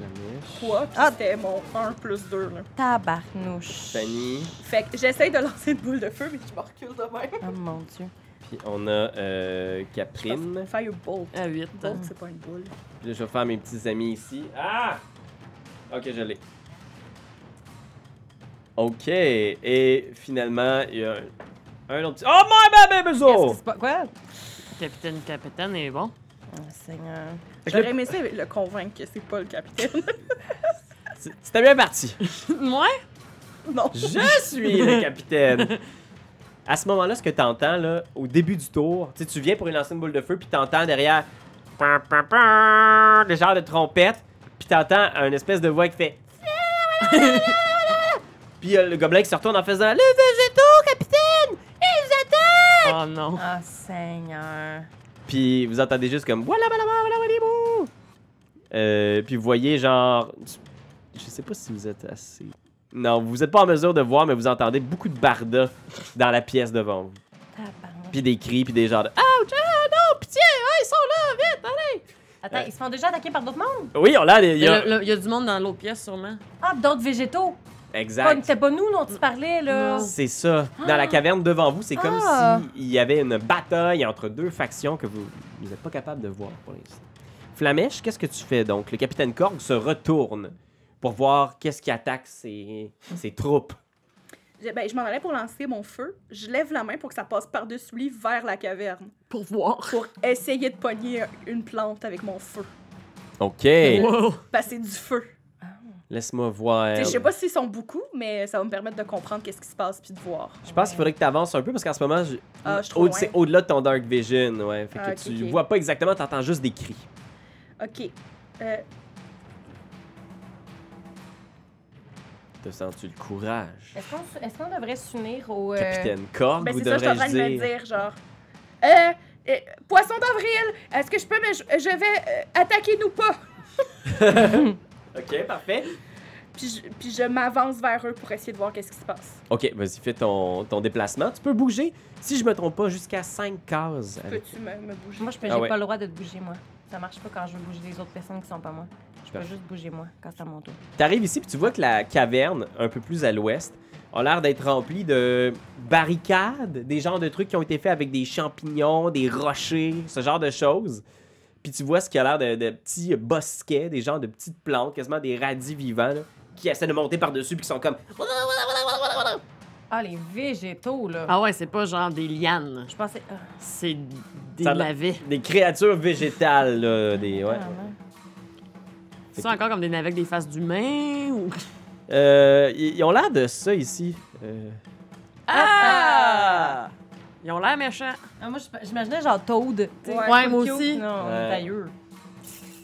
Trois, puis c'était mon 1 plus 2. Là.
Tabarnouche.
Fanny,
Fait que j'essaye de lancer une boule de feu, mais je me recule de même.
Oh mon Dieu.
puis on a euh, Caprine.
Firebolt.
À 8.
Bolt, c'est pas une boule.
Puis là, je vais faire mes petits amis ici. Ah! Ok, je l'ai. Ok, et finalement, il y a un, un autre petit. Oh my baby,
Qu'est-ce
Bezo!
qui se passe? Quoi?
Capitaine, capitaine est (laughs) bon.
Oh, Seigneur.
J'aurais aimé ça le convaincre que c'est pas le capitaine. (laughs)
C'était bien parti.
Moi?
non.
Je suis le capitaine. À ce moment-là, ce que t'entends, là, au début du tour, tu sais, tu viens pour lui lancer une boule de feu, puis t'entends derrière. pa, pa, pa, Des genres de trompettes, puis t'entends un espèce de voix qui fait. (laughs) puis euh, le gobelin qui se retourne en faisant Le végétaux, capitaine Ils attaquent
Oh non.
Ah, Seigneur.
Puis vous entendez juste comme Voilà, voilà, voilà, voilà, voilà, voilà. Euh, Puis vous voyez, genre. Je sais pas si vous êtes assez. Non, vous êtes pas en mesure de voir, mais vous entendez beaucoup de bardas dans la pièce devant vous.
Tabarnouche.
Puis des cris, puis des genres de Ouch, ah, non, pitié, ah, ils sont là, vite, allez
Attends,
euh,
ils se font déjà attaquer par d'autres mondes?
Oui, on l'a, il
Il
y
y,
a.
a du monde dans l'autre pièce, sûrement.
Ah, pis d'autres végétaux. Pas-
Exact. Mm.
C'était pas nous dont tu parlais, là.
C'est ça. Dans la caverne devant vous, c'est comme
Ah.
s'il y avait une bataille entre deux factions que vous n'êtes pas capable de voir pour l'instant. Flamèche, qu'est-ce que tu fais donc? Le capitaine Korg se retourne pour voir qu'est-ce qui attaque ses, ses troupes.
Je, ben, je m'en allais pour lancer mon feu. Je lève la main pour que ça passe par-dessus lui vers la caverne.
Pour voir.
Pour essayer de pogner une plante avec mon feu.
OK.
Wow.
Parce que c'est du feu.
Laisse-moi voir.
Tu sais, Je sais pas s'ils sont beaucoup, mais ça va me permettre de comprendre qu'est-ce qui se passe puis de voir.
Je pense qu'il faudrait que tu avances un peu parce qu'en ce moment, je-
Ah, je suis trop
au-
loin.
c'est au-delà de ton Dark Vision. Ouais. Fait que
Ah, ok,
tu
ok.
vois pas exactement, tu entends juste des cris.
Ok. Euh,
Te sens-tu le courage?
Est-ce qu'on est qu'on devrait s'unir au. euh,
Capitaine Korg,
ben
ou
c'est ça, je suis en train de
devrais-je
me
dire?
dire, genre. Euh, euh, poisson d'avril, est-ce que je peux me. Je vais. euh,
(laughs)
Attaquez-nous pas!
OK, parfait.
Puis je, puis je m'avance vers eux pour essayer de voir qu'est-ce qui se passe.
Ok, vas-y, fais ton, ton déplacement. Tu peux bouger, si je me trompe pas, jusqu'à 5 cases. avec-
Peux-tu me, me bouger?
Moi, je peux,
Ah
j'ai
ouais.
pas le droit de te bouger, moi. Ça marche pas quand je veux bouger les autres personnes qui sont pas moi. Je peux
Parfait.
juste bouger, moi, quand c'est à mon tour.
T'arrives ici, puis tu vois que la caverne, un peu plus à l'ouest, a l'air d'être remplie de barricades, des genres de trucs qui ont été faits avec des champignons, des rochers, ce genre de choses. Puis tu vois ce qui a l'air de, de petits bosquets, des genres de petites plantes, quasiment des radis vivants, là, qui essaient de monter par-dessus, puis qui sont comme...
Ah, les végétaux, là.
Ah ouais, c'est pas genre des lianes.
Je pensais. ah,
C'est des
Ça-
navets.
Des créatures végétales, là, des... ouais.
vraiment.
C'est encore comme des navets avec des faces d'humains ou.
Euh, ils ils ont l'air de ça, ici. Euh,
Ah! Ils ont l'air méchants.
Ah, moi, je- j'imaginais genre Toad. tu sais.
Ouais,
Ouais, moi aussi.
Non,
Ouais.
d'ailleurs.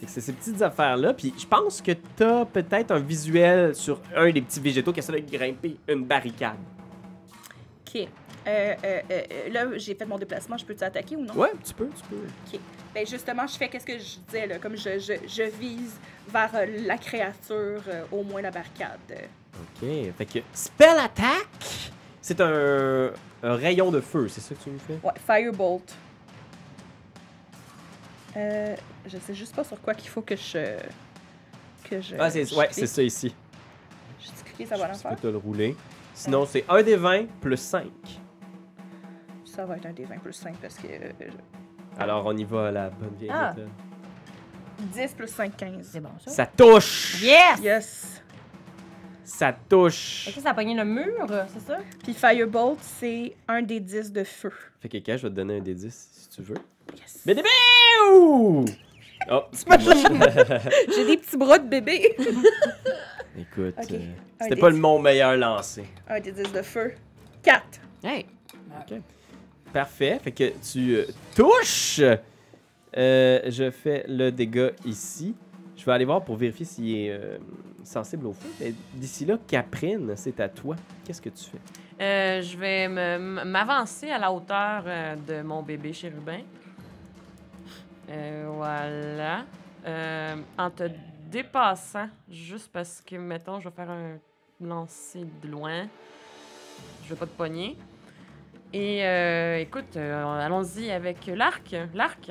Fait que C'est ces petites affaires-là. Puis je pense que t'as peut-être un visuel sur un des petits végétaux qui essaie de grimper une barricade.
Ok. Euh, euh, euh, euh, là, j'ai fait mon déplacement, je peux-tu attaquer ou non?
Ouais, tu peux, tu peux.
Ben justement, je fais qu'est-ce que je disais, là, comme je, je, je vise vers euh, la créature, euh, au moins la barricade. Euh,
Ok, fait que Spell Attack, c'est un, un rayon de feu, c'est ça que tu nous fais?
Ouais, Firebolt. Euh, je sais juste pas sur quoi qu'il faut que je... Que je...
Ah, c'est,
je
ouais,
clique.
c'est ça ici.
J'ai cliqué, ça va
Je
l'en
peux
faire.
te le rouler. Sinon, c'est 1 des 20 plus 5.
Ça va être un des 20 plus 5 parce que. euh,
Alors, on y va à la bonne vieille
Ah.
méthode.
10 plus 5, 15.
C'est bon, ça?
Ça touche!
Yes!
Yes!
Ça touche!
Est-ce que ça a pogné le mur, c'est ça?
Puis Firebolt, c'est un des 10 de feu.
Fait que, Kay, je vais te donner un des 10 si tu veux.
Yes.
BDB! Oh!
(laughs) J'ai des petits bras de bébé!
(laughs) Écoute,
Ok.
euh,
Un
c'était
des
pas
dix.
le mon meilleur lancé.
Un des 10 de feu. 4.
Hey!
Parfait. Fait que tu euh, touches. Euh, je fais le dégât ici. Je vais aller voir pour vérifier s'il est euh, sensible au feu. Mais d'ici là, Caprine, c'est à toi. Qu'est-ce que tu fais?
Euh, je vais me- m'avancer à la hauteur euh, de mon bébé chérubin. Euh, voilà. Euh, en te dépassant, juste parce que, mettons, je vais faire un lancer de loin. Je vais pas te pogner. Et euh, écoute, euh, allons-y avec l'arc. L'arc.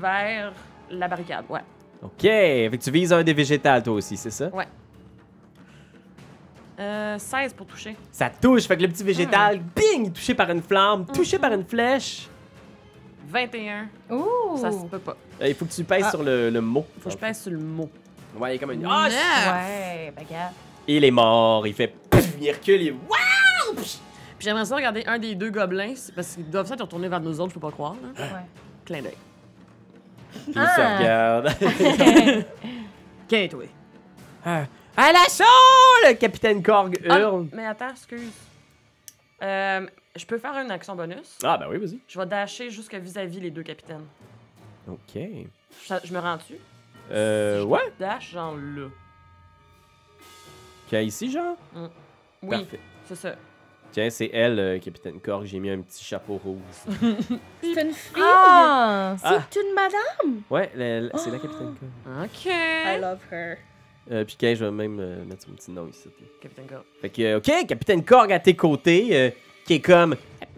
Vers la barricade, ouais.
OK. Fait que tu vises un des végétales, toi aussi, c'est ça?
Euh, 16 pour toucher.
Ça touche. Fait que le petit végétal,
Ah.
bing, touché par une flamme, touché par une flèche.
21.
Ouh!
Ça se peut pas.
Euh, Il faut que tu pèses
Oh. Ah.
sur le, le mot.
Faut que je pèse sur le mot.
Ouais, il est comme une.
Ah,
Ouais, bagarre.
Il est mort. Il fait. Pff, il recule. Il... What?
Puis j'aimerais ça regarder un des deux gobelins, c'est- parce qu'ils doivent s'être retournés vers nous autres, je peux pas croire. Là.
Ouais.
Clin d'œil.
Ah.
Puis il se regarde.
(laughs)
Quinte, oui.
Ah, à l'assaut! Le capitaine Korg hurle.
Ah, mais attends, excuse. Euh, je peux faire une action bonus.
Ah, ben oui, vas-y.
Je vais dasher jusque vis-à-vis les deux capitaines.
OK.
Je, je me rends-tu?
Euh, ouais.
Dash, genre là.
Tiens, ici, genre.
Oui,
Parfait.
c'est ça.
Tiens, c'est elle, euh, capitaine Korg. J'ai mis un petit chapeau rouge.
C'est une fille!
Ah!
Ah.
C'est une madame!
Ouais, la- la- c'est la capitaine Korg.
OK.
I love her.
Euh, puis, Kay, je vais même euh, mettre son petit nom ici. là.
Capitaine Corp.
Fait que, euh, OK, capitaine Korg à tes côtés, euh, qui est comme.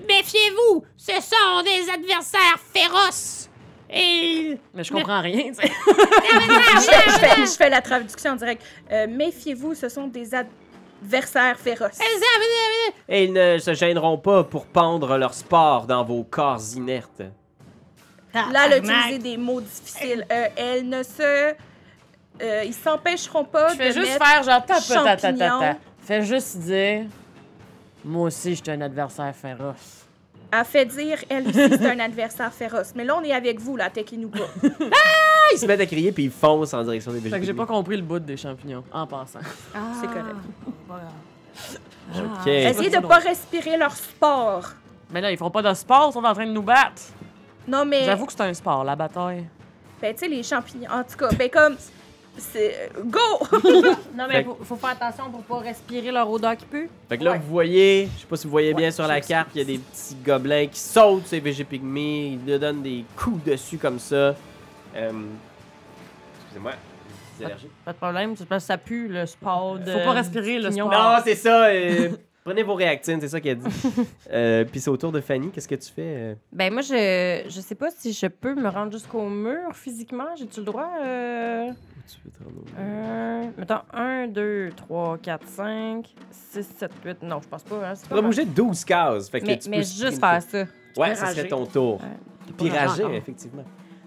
Méfiez-vous, ce sont des adversaires féroces. Et
Mais je comprends rien, tu sais. Ah,
je, je fais, je fais la traduction en direct. Euh, Méfiez-vous, ce sont des adversaires féroces.
Et ils ne se gêneront pas pour pendre leur sport dans vos corps inertes.
Là, elle a utilisé des mots difficiles. Euh, elles ne se. euh, ils s'empêcheront pas
Je
de
fais juste
mettre.
faire genre ta ta ta ta ta.
champignons.
Fais juste dire. Moi aussi, j'étais un adversaire féroce.
Elle fait dire, elle aussi, c'est un adversaire féroce. Mais là, on est avec vous, là, tech nous pas.
Ah, ils se mettent à crier, puis ils foncent en direction des végétaux.
Fait que j'ai pas compris le bout des champignons, en passant. Ah.
C'est correct.
OK.
Essayez de pas respirer leur sport.
Mais là, ils feront pas de sport, ils sont en train de nous battre.
Non, mais.
J'avoue que c'est un sport, la bataille.
Ben, tu sais, les champignons. En tout cas, ben, comme. C'est. Go! (laughs)
Non,
Fait
mais faut, faut faire attention pour pas respirer leur odeur qui pue.
Fait que là, vous voyez, je sais pas si vous voyez bien sur la carte, il y a des petits gobelins qui sautent ces VG Pygmy, ils leur donnent des coups dessus comme ça. Euh, Excusez-moi,
Ah.
c'est allergique.
Pas de problème, c'est parce que ça pue le sport de.
Faut pas respirer le
Pignon.
sport.
Non, c'est ça, (laughs) euh, prenez vos réactines, c'est ça qu'elle (laughs) dit. euh, Puis c'est au tour de Fanny, qu'est-ce que tu
Ah.
fais? euh?
Ben moi, je, je sais pas si je peux me rendre jusqu'au mur physiquement. J'ai-tu le droit? Euh...
Tu veux te rendre au-
Un... Mettons, 1, 2, 3, 4, 5, 6, 7, 8. Non, je pense pas. Hein, c'est
Tu
pas
vas
mal.
bouger 12 cases, fait que
mais
tu peux
mais juste
sprinter.
faire ça.
Ouais, ça serait ton tour. Pirager, effectivement.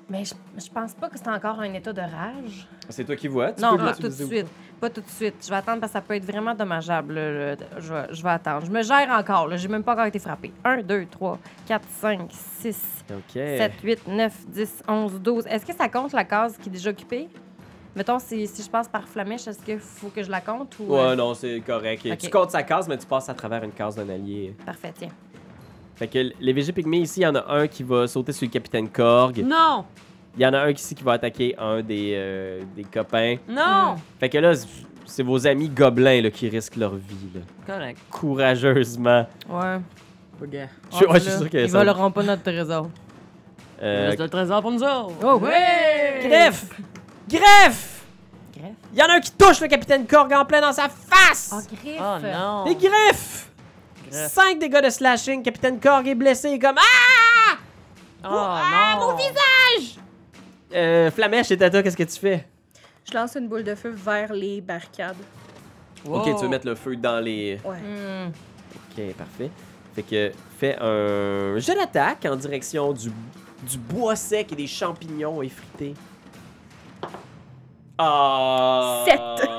Mais je, je pense pas que c'est encore un état de rage.
C'est toi qui vois, tu
non,
peux
pas tout de
l'utiliser ou
suite. Pas tout de suite. Je vais attendre parce que ça peut être vraiment dommageable. là, là. Je, vais, je vais attendre. Je me gère encore. là. J'ai même pas encore été frappée. 1, 2, 3, 4, 5, 6,
pas. OK.
7, 8, 9, 10, 11, 12. Est-ce que ça compte la case qui est déjà occupée? Mettons, si, si je passe par Flamèche, est-ce qu'il faut que je la compte? Ou,
Ouais,
euh,
non, c'est correct.
Ok.
Tu comptes sa case, mais tu passes à travers une case d'un allié.
Parfait, tiens.
Fait que les VG Pygmées ici, il y en a un qui va sauter sur le capitaine Korg.
Non!
Il y en a un ici qui va attaquer un des, euh, des copains.
Non!
Fait que là, c'est- c'est vos amis gobelins là, qui risquent leur vie. là.
Correct.
Courageusement.
Ouais.
Je, suis- ouais,
Rendu
je suis
Oh, là,
sûr que
Ils va
ça.
leur rendre pas notre trésor.
Il
Euh,
reste le trésor pour nous autres.
Oh,
Greffe! Greffe!
Greffe?
Il y en a un qui touche le capitaine Korg en plein dans sa
Oh,
face!
griffe!
Oh non!
Des griffes!
Greffe.
5 dégâts de slashing, capitaine Korg est blessé, il est comme Ah!
Oh non! Mon visage!
Euh, Flamèche, c'est à toi, qu'est-ce que tu fais?
Je lance une boule de feu vers les barricades.
Mm.
Ok, tu veux mettre le feu dans les.
Ouais.
Hmm.
Ok, parfait. Fait que fais un jet d'attaque en direction du, du bois sec et des champignons effrités. Ah!
Sept.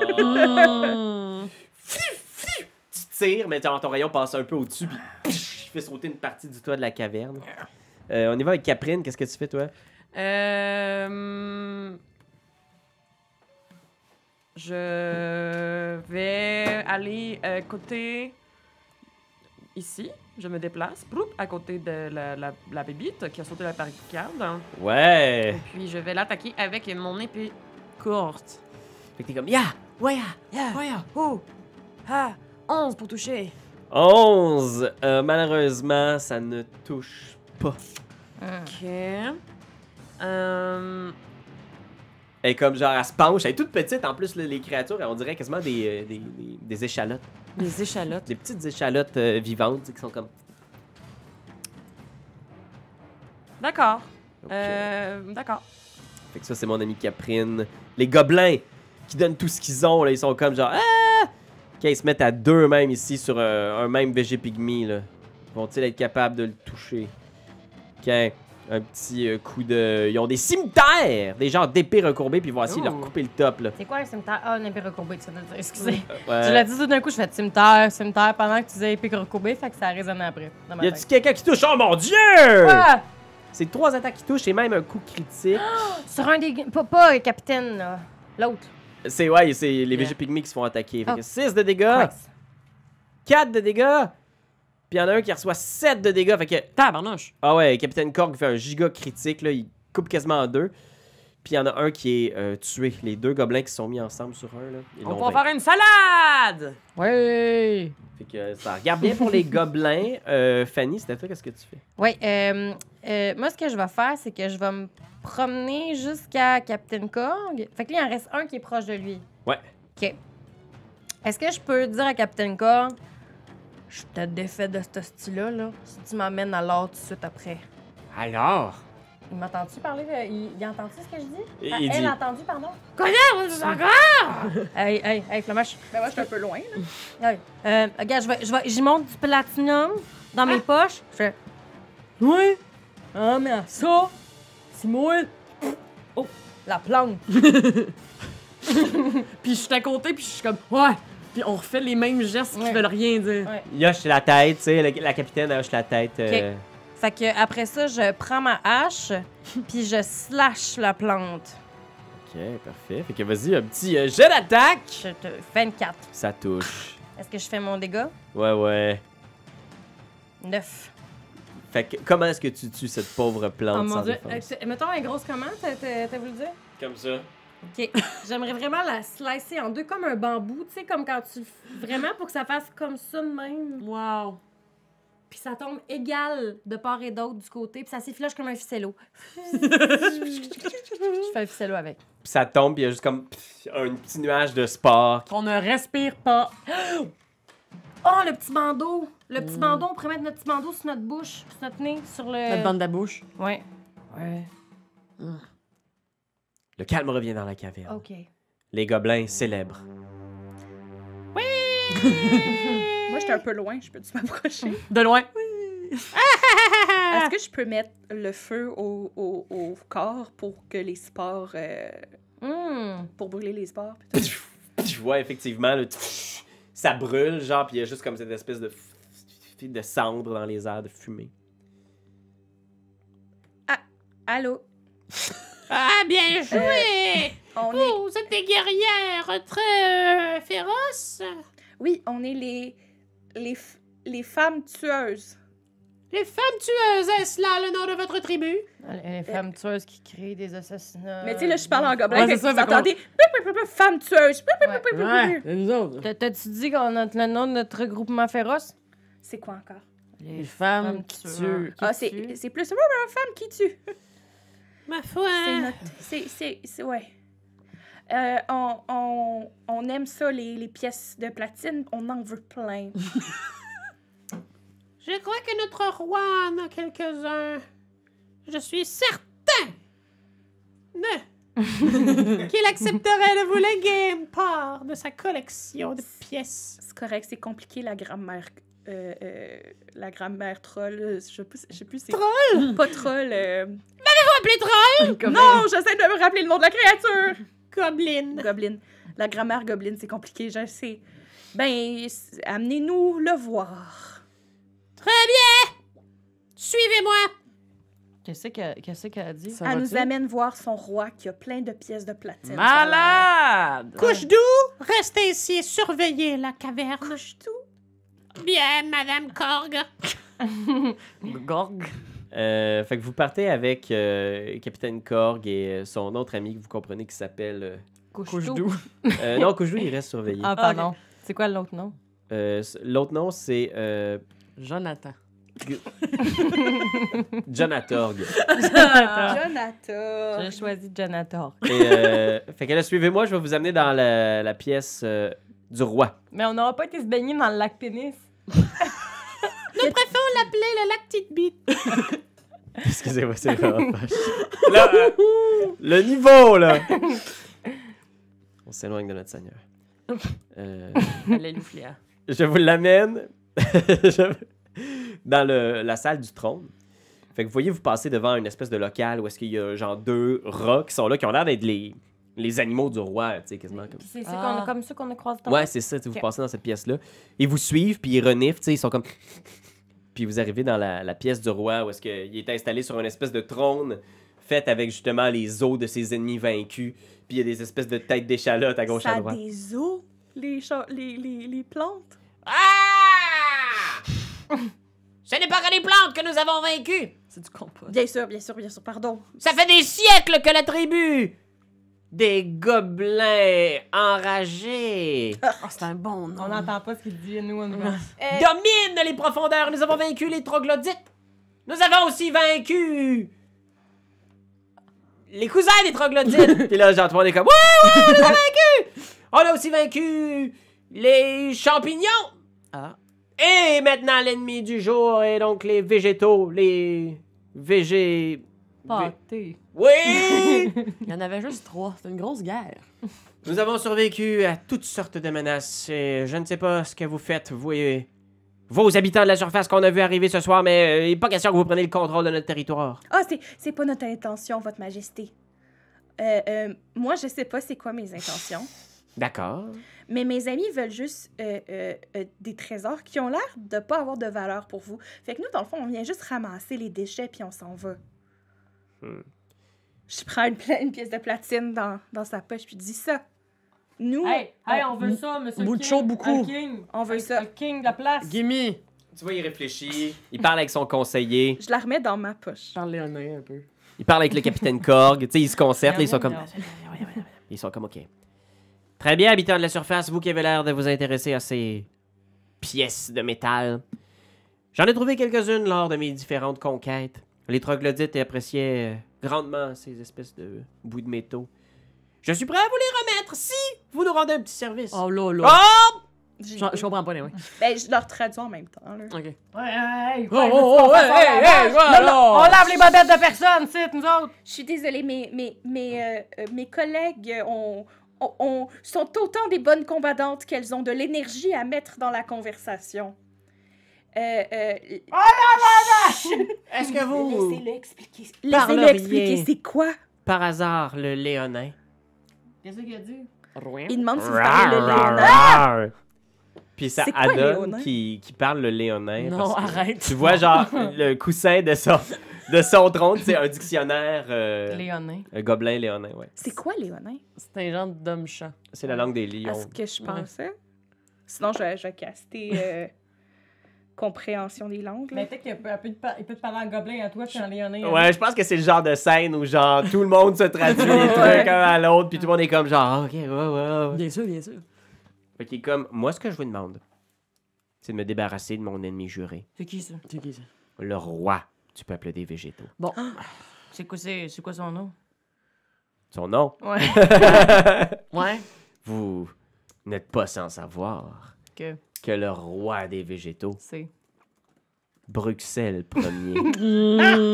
(laughs) tu tires, mais ton ton rayon passe un peu au-dessus, puis psh, fais sauter une partie du toit de la caverne. Euh, on y va avec Caprine, qu'est-ce que tu fais, toi?
Euh, Je vais aller euh, côté ici. Je me déplace, proup, à côté de la, la, la bébite qui a sauté la barricade.
Ouais!
Puis je vais l'attaquer avec mon épée courte.
Fait que t'es comme, ya! Ouais!
Yeah. Oh. Ah, 11 pour toucher.
11! Euh, malheureusement, ça ne touche pas.
Ok. Euh,
Elle est comme genre, elle se penche, elle est toute petite en plus, là, les créatures, on dirait quasiment des, euh, des, des- des échalotes.
les échalotes.
Des petites échalotes euh, vivantes tu sais, qui sont comme.
D'accord.
Ok.
Euh, D'accord.
Fait que ça, c'est mon ami Caprine. Les gobelins qui donnent tout ce qu'ils ont, là, ils sont comme genre. Ah! Ok, ils se mettent à deux même ici sur euh, un même VG Pygmy, là. Vont-ils être capables de le toucher? Ok, un petit euh, coup de. Ils ont des cimetières! Des genres d'épées recourbées, puis ils vont essayer de leur
Oh.
Ouh.
couper le top, là.
C'est quoi un cimetière? Ah, une épée recourbée, tu viens de dire, excusez.
Ouais.
Tu l'as dit tout d'un coup, je fais cimetière, cimetière pendant que tu disais épée recourbée, fait que ça a résonné après. Dans ma
Y a-tu
tête.
quelqu'un qui touche? Oh mon dieu!
Ah!
C'est trois attaques qui touchent et même un coup critique.
Sur un des. Pas, pas le capitaine, là. L'autre.
(gasps) C'est ouais, c'est les
Yeah.
VG Pygmy qui se font attaquer. Fait
Oh.
6 de dégâts,
Christ.
4 de dégâts, puis y en a un qui reçoit 7 de dégâts. Fait que,
Tabarnouche.
ah ouais, Capitaine Korg fait un giga critique, là, il coupe quasiment en deux. Puis y en a un qui est euh, tué. Les deux gobelins qui se sont mis ensemble sur un, là. ils l'ont
On va
vaincu.
faire une salade!
Ouais!
Fait que euh, ça regarde bien pour les (laughs) gobelins. Euh, Fanny, c'était toi, qu'est-ce que tu fais?
Oui, euh, euh, moi, ce que je vais faire, c'est que je vais me promener jusqu'à Captain Korg. Fait que là, il en reste un qui est proche de lui.
Ouais.
OK. Est-ce que je peux dire à Captain Korg, je te défais de ce style-là, là, si tu m'amènes à l'or tout de suite après?
Alors,
Il m'entend-tu parler? de- Il, il a entendu ce que je dis?
Il-
Ah,
il
elle
dit-
a entendu, pardon?
encore?
(laughs) hey, hey, hey, Flamache.
Ben, moi, je suis un peu loin, là.
Hey. Euh, regarde, je vais, je vais- j'y monte du platinum dans mes poches. Je fais, oui, ah, mais ça, c'est moi. Oh, la plante.
Puis je suis à côté, puis je suis comme, ouais! Puis on refait les mêmes gestes
Ouais.
qui veulent rien dire.
Il hoche la tête, tu sais, la, la capitaine elle hoche la tête. euh,
Fait que après ça, je prends ma (laughs) hache puis je slash la plante.
ok, parfait. Fait que vas-y, un petit euh, jet d'attaque!
Je te 24.
Ça touche.
Est-ce que je fais mon dégât
Ouais, ouais.
9.
Fait que, comment est-ce que tu tues cette pauvre plante
Oh mon
sans
dieu,
défense?
Euh, tu- mettons un grosse comment t'as- t'as t'as voulu dire
Comme ça.
OK. (laughs) J'aimerais vraiment la slicer en deux comme un bambou, tu sais comme quand tu f- vraiment pour que ça fasse comme ça de même.
Wow!
Puis ça tombe égal de part et d'autre du côté, puis ça s'effiloche comme un ficello. (laughs) je fais un ficello avec.
Puis ça tombe, puis il y a juste comme pff, un petit nuage de sport.
Qu'on ne respire pas.
Oh, le petit bandeau! Le petit bandeau, on pourrait mettre notre petit bandeau sur notre bouche, sur notre nez, sur le...
Notre bande de la bouche.
Ouais. Ouais.
Le calme revient dans la caverne.
OK.
Les gobelins célèbrent.
Moi, j'étais un peu loin, je peux-tu m'approcher?
De loin.
Est-ce que je peux mettre le feu au, au- au corps pour que les spores. euh,
Hmm.
pour brûler les spores? puis tout?
Tu vois effectivement, le tch- ça brûle, genre, puis il y a juste comme cette espèce de, f- de cendre dans les airs, de fumée.
Allô?
Ah, bien joué!
On est.
Oh, vous êtes des guerrières très euh, féroces.
Oui, on est les. les, f- les femmes tueuses.
Les femmes tueuses, est-ce là le nom de votre tribu?
Les femmes tueuses qui créent des assassinats.
Mais tu sais, là, je parle en gobelin.
Ouais,
fait
c'est ça,
que vous
fait qu'on-
entendez. Pip, pip, pip, pip, Femmes tueuses. Pip, pip,
Ouais.
pip, pip, pip, pip.
nous autres.
T'as- T'as-tu dit qu'on a le nom de notre regroupement féroce?
C'est quoi encore?
Les femmes
Femmes
qui
tueurs.
tuent.
Ah, c'est c'est plus. Ouais, ouais, femme qui tue.
Ma foi.
Ah.
C'est notre- C'est. C'est. c'est- Ouais. Euh, on, on, on aime ça, les, les pièces de platine. On en veut
(laughs)
plein.
Je crois que notre roi en a quelques-uns. Je suis certain de... qu'il accepterait de vous léguer une part de sa collection de pièces.
C'est correct, c'est compliqué la grammaire euh, euh, la grammaire troll. euh, Je sais plus, je sais plus c'est. Troll? Pas troll. euh,
Appelez
(laughs)
troll!
Non, j'essaie de me rappeler le nom de la créature!
Goblin!
Goblin. La grammaire goblin, c'est compliqué, je sais. Ben, c'est- amenez-nous le voir.
Très bien! Suivez-moi!
Qu'est-ce que- qu'est-ce qu'elle a dit?
Ça
Elle
va-tu?
nous amène voir son roi qui a plein de pièces de platine.
Malade!
Couche doux, restez ici et surveillez la caverne. Couche Bien, Madame Korg.
Gorg.
Euh, fait que vous partez avec euh, Capitaine Korg et euh, son autre ami que vous comprenez qui s'appelle. euh,
Couche
Couche-tout.
doux.
euh, non, Koujou, il reste surveillé.
Ah, pardon. C'est quoi l'autre nom?
Euh, s- L'autre nom, c'est euh,
(laughs) Jonathan.
Jonatorg.
Ah.
Jonathan.
J'ai choisi Jonator.
Et, euh, fait que là, suivez-moi, je vais vous amener dans la, la pièce euh, du roi.
Mais on n'aura pas été se baigner dans le lac pénis.
Appelez le lac Petite Bite.
Excusez-moi, c'est vraiment fâche. Là, euh, le niveau, là! On s'éloigne de notre Seigneur.
(laughs)
Euh, (laughs)
Alléluia.
je vous l'amène je- dans le- la salle du trône. Fait que vous voyez, vous passez devant une espèce de local où est-ce qu'il y a genre deux rats qui sont là, qui ont l'air d'être les, les animaux du roi, tu sais, quasiment comme
Puis c'est ceux
Ah.
qu'on a- comme ceux qu'on a croisés tantôt.
Ouais, c'est ça, tu sais, vous
Ok.
passez dans cette pièce-là. Ils vous suivent, puis ils reniflent, tu sais, ils sont comme... (laughs) Puis vous arrivez dans la, la pièce du roi, où est-ce qu'il est installé sur une espèce de trône faite avec justement les os de ses ennemis vaincus, puis il y a des espèces de têtes d'échalote à gauche
Ça
à
a
droite.
des os, les, cha- les, les, les plantes.
Ah! Ce n'est pas que les plantes que nous avons vaincues.
C'est du compost.
Bien sûr, bien sûr, bien sûr, pardon.
Ça fait des siècles que la tribu.
Des gobelins enragés. (laughs) Oh, c'est un bon nom. Euh,
On n'entend pas ce qu'il dit, nous, on nous voit.
Domine les profondeurs. Nous avons vaincu les troglodytes. Nous avons aussi vaincu. Les cousins des troglodytes.
(laughs) Puis là, Jean-Antoine est comme...
On a aussi vaincu les champignons.
Ah.
Et maintenant, l'ennemi du jour est donc les végétaux, les végé...
Pâté.
Oui!
Il y en avait juste trois. C'est une grosse guerre.
Nous avons survécu à toutes sortes de menaces. Et je ne sais pas ce que vous faites, vous et vos habitants de la surface qu'on a vu arriver ce soir, mais euh, il n'est pas question que vous preniez le contrôle de notre territoire.
Ah, c'est- c'est pas notre intention, Votre Majesté. Euh, euh, moi, je sais pas c'est quoi mes intentions,
D'accord.
mais mes amis veulent juste euh, euh, euh, des trésors qui ont l'air de pas avoir de valeur pour vous. Fait que nous, dans le fond, on vient juste ramasser les déchets puis on s'en va.
Hmm.
Je prends une, pla- une pièce de platine dans, dans sa poche puis dis ça. Nous,
Hey, hey, on veut ça, monsieur
Beaucoup de
King.
chaud, beaucoup.
Un king.
on veut ça.
Un king de la place.
Gimme.
Tu vois, il réfléchit. Il parle avec son conseiller.
Je la remets dans ma poche.
Charles Léonin, un peu.
Il parle avec le capitaine (laughs) Korg. Tu sais, ils se concertent. là, ils sont comme. Ils sont comme OK. Très bien, habitants de la surface, vous qui avez l'air de vous intéresser à ces pièces de métal. J'en ai trouvé quelques-unes lors de mes différentes conquêtes. Les troglodytes appréciaient euh, grandement ces espèces de bouts de métaux. Je suis prêt à vous les remettre si vous nous rendez un petit service.
Oh là là.
Ah!
J'ai-
Je, je comprends pas, les anyway.
Ben, je leur traduis en même temps. Là.
OK.
Oh, oh, oh, On lave les bobettes de personne, c'est nous autres.
Je suis désolée, mais, mais, mais, euh, euh, mes collègues euh, ont, ont- ont- sont autant des bonnes combattantes qu'elles ont de l'énergie à mettre dans la conversation. Euh, euh,
Oh Est-ce que vous,
expliquer.
Parleriez.
Laissez-le expliquer c'est quoi.
par hasard, le léonin?
Qu'est-ce qu'il a dit?
Rien.
Il demande si vous parlez le léonin.
Puis ça
C'est quoi,
adonne
Léonin?
qui, qui parle le léonin.
Non,
parce que
arrête.
Tu
(laughs)
vois, genre, le coussin de son, de son trône, c'est un dictionnaire euh,
Léonin.
un gobelin léonin, ouais.
C'est quoi léonin?
C'est un genre d'homme chat.
C'est la langue des
À ce
lions.
que je pensais. Sinon, je vais, je vais caster euh, (laughs) compréhension des langues. là.
Mais peut-être qu'il peut, il peut te par- il peut te parler en gobelin à toi, puis en léonin.
Ouais, je pense que c'est le genre de scène où, genre, tout le monde se traduit les
euh,
trucs un à l'autre, puis tout le monde est comme, genre, Ah, OK, ouais, ouais, ouais.
Bien sûr, bien sûr.
Fait qu'il est comme, moi, ce que je vous demande, c'est de me débarrasser de mon ennemi juré,
C'est qui ça?
C'est qui ça?
le roi du peuple des végétaux.
Ah! C'est quoi, c'est, c'est quoi son nom?
Son nom,
Ouais.
Ouais.
vous n'êtes pas sans savoir
Que?
que le roi des végétaux
C'est.
Bruxelles premier.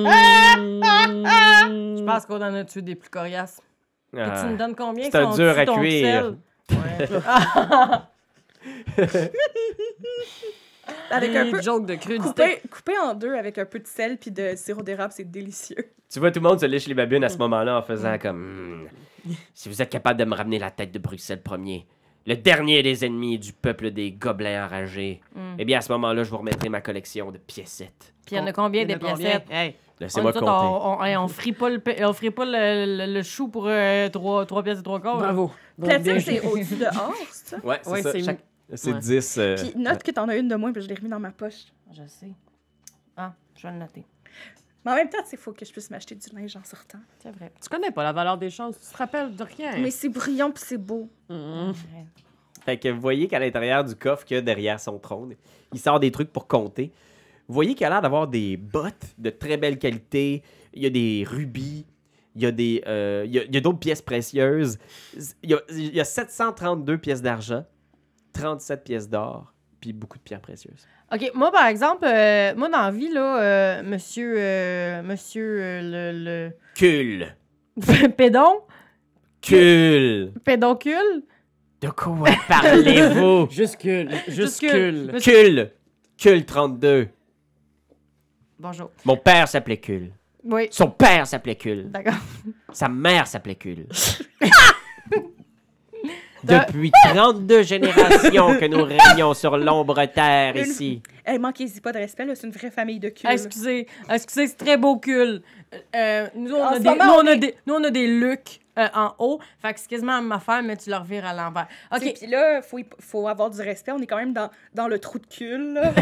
Ah!
Je pense qu'on en a tué des plus coriaces. Et tu
Ah.
nous donnes combien
C'est un
si on
dur
tue
à
ton
cuire.
sel?
(laughs) avec un peu
joke de crudité.
coupé, coupé en deux avec un peu de sel puis de sirop d'érable, c'est délicieux.
Tu vois, tout le monde se lèche les babines à ce moment-là en faisant comme. Hmm, Si vous êtes capable de me ramener la tête de Bruxelles premier, le dernier des ennemis du peuple des gobelins enragés,
Mm.
eh bien, à ce moment-là, je vous remettrai ma collection de piécettes.
Puis il y en a combien
Il y
des
en a combien?
pièces
Hey,
On,
Laissez-moi
nous autres,
compter.
on, on, hey, on frit pas le, pe- on frit pas le, le- le chou pour euh, trois, trois pièces et trois quarts. là.
bravo.
Platine, c'est au-dessus de or, c'est
Euh,
ça?
Ouais, c'est
Ouais,
ça.
(laughs) c'est-
chaque-
C'est
Ouais.
10. euh,
Puis note que t'en as une de moins, puis je l'ai remis dans ma poche.
Je sais. Ah, je vais le noter.
Mais en même temps, il faut que je puisse m'acheter du linge en sortant.
C'est (laughs) vrai.
Tu connais pas la valeur des choses, tu te rappelles de rien.
Mais c'est brillant puis c'est beau.
Mhm.
Fait que vous voyez qu'à l'intérieur du coffre que derrière son trône, il sort des trucs pour compter. Vous voyez qu'il a l'air d'avoir des bottes de très belle qualité. Il y a des rubis. Il y a des, euh, il y a, il y a d'autres pièces précieuses. Il y a, il y a 732 pièces d'argent, 37 pièces d'or, puis beaucoup de pierres précieuses.
OK, moi, par exemple, euh, moi, dans la vie, là, euh, monsieur, euh, monsieur euh, le,
Cul,
le (laughs) pédon,
cul.
pédoncule,
De quoi (laughs) parlez-vous?
Juscule.
Juscule.
Juscule.
cul, cul 32.
bonjour.
Mon père s'appelait cul.
Oui,
Son père s'appelait cul.
d'accord.
Sa mère
(laughs)
s'appelait Cul.
Ça-
Depuis 32 générations que nous régnons sur l'ombre terre
Une-
ici.
Elle manquez-y pas de respect, là, c'est une vraie famille de cul.
Ah, excusez, excusez, c'est très beau cul. Euh, nous, on
En
a
ce
des,
moment,
nous, on
on
a
est-
des, nous, on a des lucs euh, en haut. Fait que c'est quasiment à ma faire, mais tu le revires à l'envers.
OK.
OK,
Puis là, faut, y- faut avoir du respect. On est quand même dans, dans le trou de cul, là.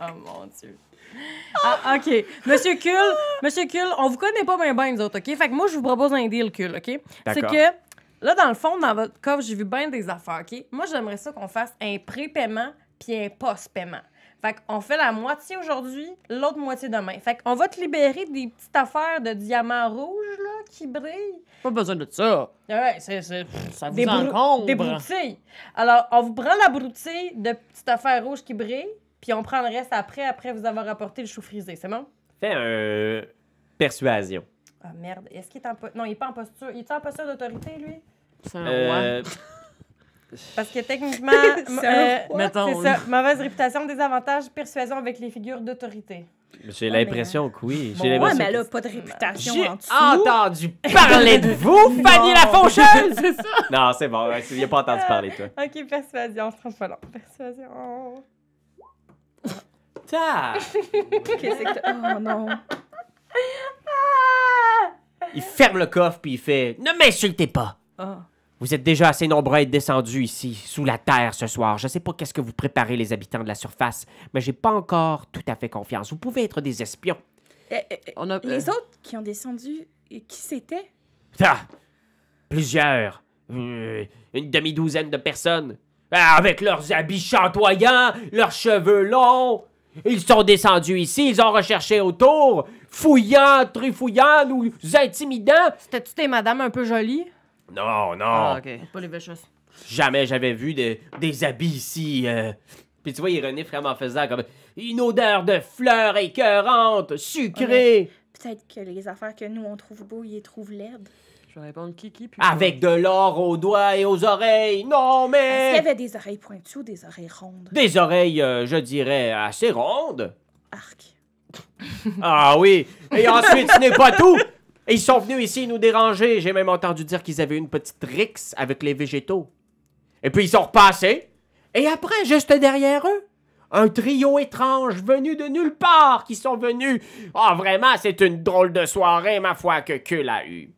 Oh mon Dieu. Ah, OK. Monsieur Kuhl, Monsieur Kuhl, on vous connaît pas bien, bien, nous autres, OK? Fait que moi, je vous propose un deal, Kuhl, OK? C'est
D'accord.
que, là, dans le fond, dans votre coffre, j'ai vu bien des affaires, OK? Moi, j'aimerais ça qu'on fasse un prépaiement puis un post-paiement. Fait qu'on fait la moitié aujourd'hui, l'autre moitié demain. Fait qu'on va te libérer des petites affaires de diamants rouges, là, qui brillent.
Pas besoin de ça.
Ah Ouais, c'est... c'est-
Ça vous
Des, brou-
encombre.
des broutilles. Alors, on vous prend la broutille de petites affaires rouges qui brillent, puis on prend le reste après, après vous avoir apporté le chou frisé, c'est bon?
Fais un... Persuasion.
Ah merde, est-ce qu'il est en posture? Non, il est pas en posture. Il est en posture d'autorité, lui?
C'est un roi.
Euh,
Parce que (laughs) techniquement,
C'est un
euh,
roi.
Mettons.
c'est ça, mauvaise réputation, désavantage, persuasion avec les figures d'autorité.
J'ai l'impression que oui. J'ai
ouais,
l'impression
mais elle a
que-
pas de réputation
J'ai
en dessous.
entendu parler de (laughs) vous, Fanny
Non.
Lafonchelle! c'est ça? Non, c'est bon. ouais, Il a pas entendu parler, toi.
Ok, persuasion, c'est pas long. Persuasion.
Ta-
Qu'est-ce que t'as- Oh non.
Il ferme le coffre puis il fait Ne m'insultez pas. Vous êtes déjà assez nombreux à être descendus ici, sous la terre ce soir. Je sais pas qu'est-ce que vous préparez les habitants de la surface, mais j'ai pas encore tout à fait confiance. Vous pouvez être des espions.
Eh, eh, eh,
On a... euh,
Les autres qui ont descendu, et qui c'était?
Ah! Plusieurs. Euh, une demi-douzaine de personnes. Ah, avec leurs habits chantoyants, leurs cheveux longs. Ils sont descendus ici, ils ont recherché autour, fouillant, trifouillant, nous intimidant.
C'était-tu tes madames un peu jolies?
Non, non.
Ah, ok.
Pas les choses.
Jamais j'avais vu de- des habits ici. euh. Puis tu vois, il renifle vraiment en faisant comme une odeur de fleurs écœurantes, sucrées,
Peut-être que les affaires que nous, on trouve beaux, ils les trouvent laides.
Je vais répondre Kiki. Puis
avec de l'or aux doigts et aux oreilles. Non,
Eh.
Est-ce qu'il y
mais.
avait des oreilles pointues ou des oreilles rondes?
Des oreilles, euh, je dirais, assez rondes.
Arc.
Ah oui. Et ensuite, ce n'est pas tout. Ils sont venus ici nous déranger. J'ai même entendu dire qu'ils avaient une petite rixe avec les végétaux. Et puis ils sont repassés. Et après, juste derrière eux, un trio étrange venu de nulle part qui sont venus. Ah vraiment, c'est une drôle de soirée, ma foi, que Cul a eue.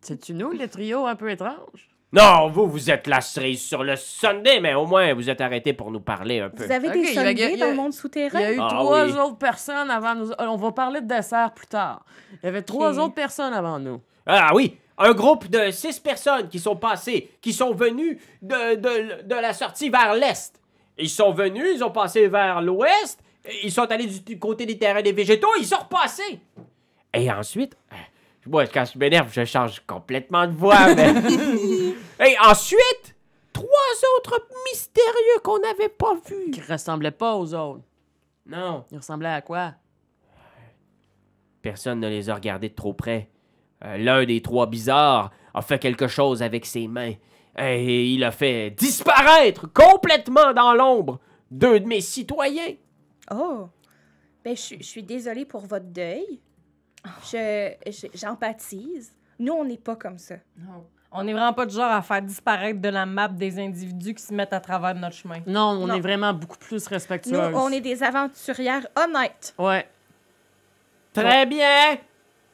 C'est-tu nous, les trios un peu étranges?
Non, vous, vous êtes la cerise sur le Sunday, mais au moins, vous êtes arrêté pour nous parler un peu.
Vous avez
Ok,
des
il y a- il
sonniers
y a-
dans le monde
Il y
souterrain?
a eu
Ah
trois
oui.
autres personnes avant nous. Euh, On va parler de dessert plus tard. Il y avait trois autres personnes avant nous.
Ah oui, un groupe de six personnes qui sont passées, qui sont venues de, de- de la sortie vers l'est. Ils sont venus, ils ont passé vers l'ouest, et ils sont allés du, du côté des terrains des végétaux, ils sont repassés. Et ensuite, euh, moi, quand je m'énerve, je change complètement de voix. (laughs) mais- et ensuite, trois autres mystérieux qu'on n'avait pas vus.
Qui ressemblaient pas aux autres.
Non,
Ils ressemblaient à quoi?
personne ne les a regardés de trop près. Euh, L'un des trois bizarres a fait quelque chose avec ses mains. Et il a fait disparaître complètement dans l'ombre deux de mes citoyens.
Oh! Ben, je suis- je suis désolée pour votre deuil. Je, je- j'empathise. Nous, on n'est pas comme ça.
On n'est vraiment pas du genre à faire disparaître de la map des individus qui se mettent à travers notre chemin.
Non, on
Non.
est vraiment beaucoup plus
Nous,
respectueux.
on est des aventurières honnêtes.
Ouais.
Très Eh bien!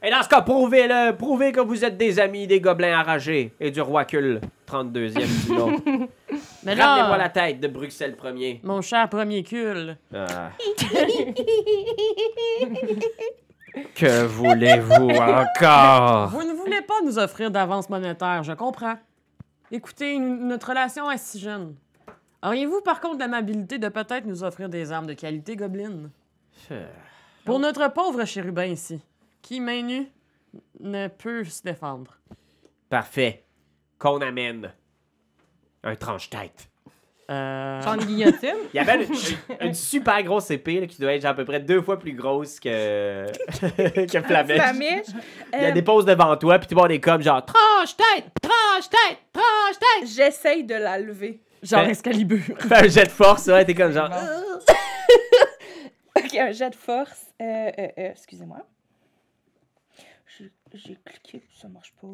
Et dans ce cas, prouvez-le! Prouvez que vous êtes des amis des gobelins enragés et du roi Kul, 32e du nom.
Mais
Ramenez-moi
là,
la tête de Bruxelles 1er.
mon cher premier cul.
Ah. (laughs) que voulez-vous encore?
Vous ne voulez pas nous offrir d'avance monétaire, je comprends. Écoutez, n- notre relation est si jeune. Auriez-vous par contre l'amabilité de peut-être nous offrir des armes de qualité gobeline? Pour notre pauvre chérubin ici, qui, main nue, ne peut se défendre.
Parfait. Qu'on amène un tranche-tête.
Euh...
Prendre guillotine?
(laughs)
Il y avait une, une- une super grosse épée là, qui doit être genre à peu près deux fois plus grosse que, (laughs) que Flamèche.
Flamèche,
Il y a
euh,
des poses devant toi, puis tout le monde est comme genre (laughs)
Tranche-tête! Tranche-tête! Tranche-tête!
j'essaye de la lever.
Genre
Ben-
Excalibur.
Fais un jet de force, ouais, t'es comme genre.
(laughs) OK, un jet de force. Euh, euh, euh, excusez-moi. J'ai, j'ai cliqué, ça marche pas.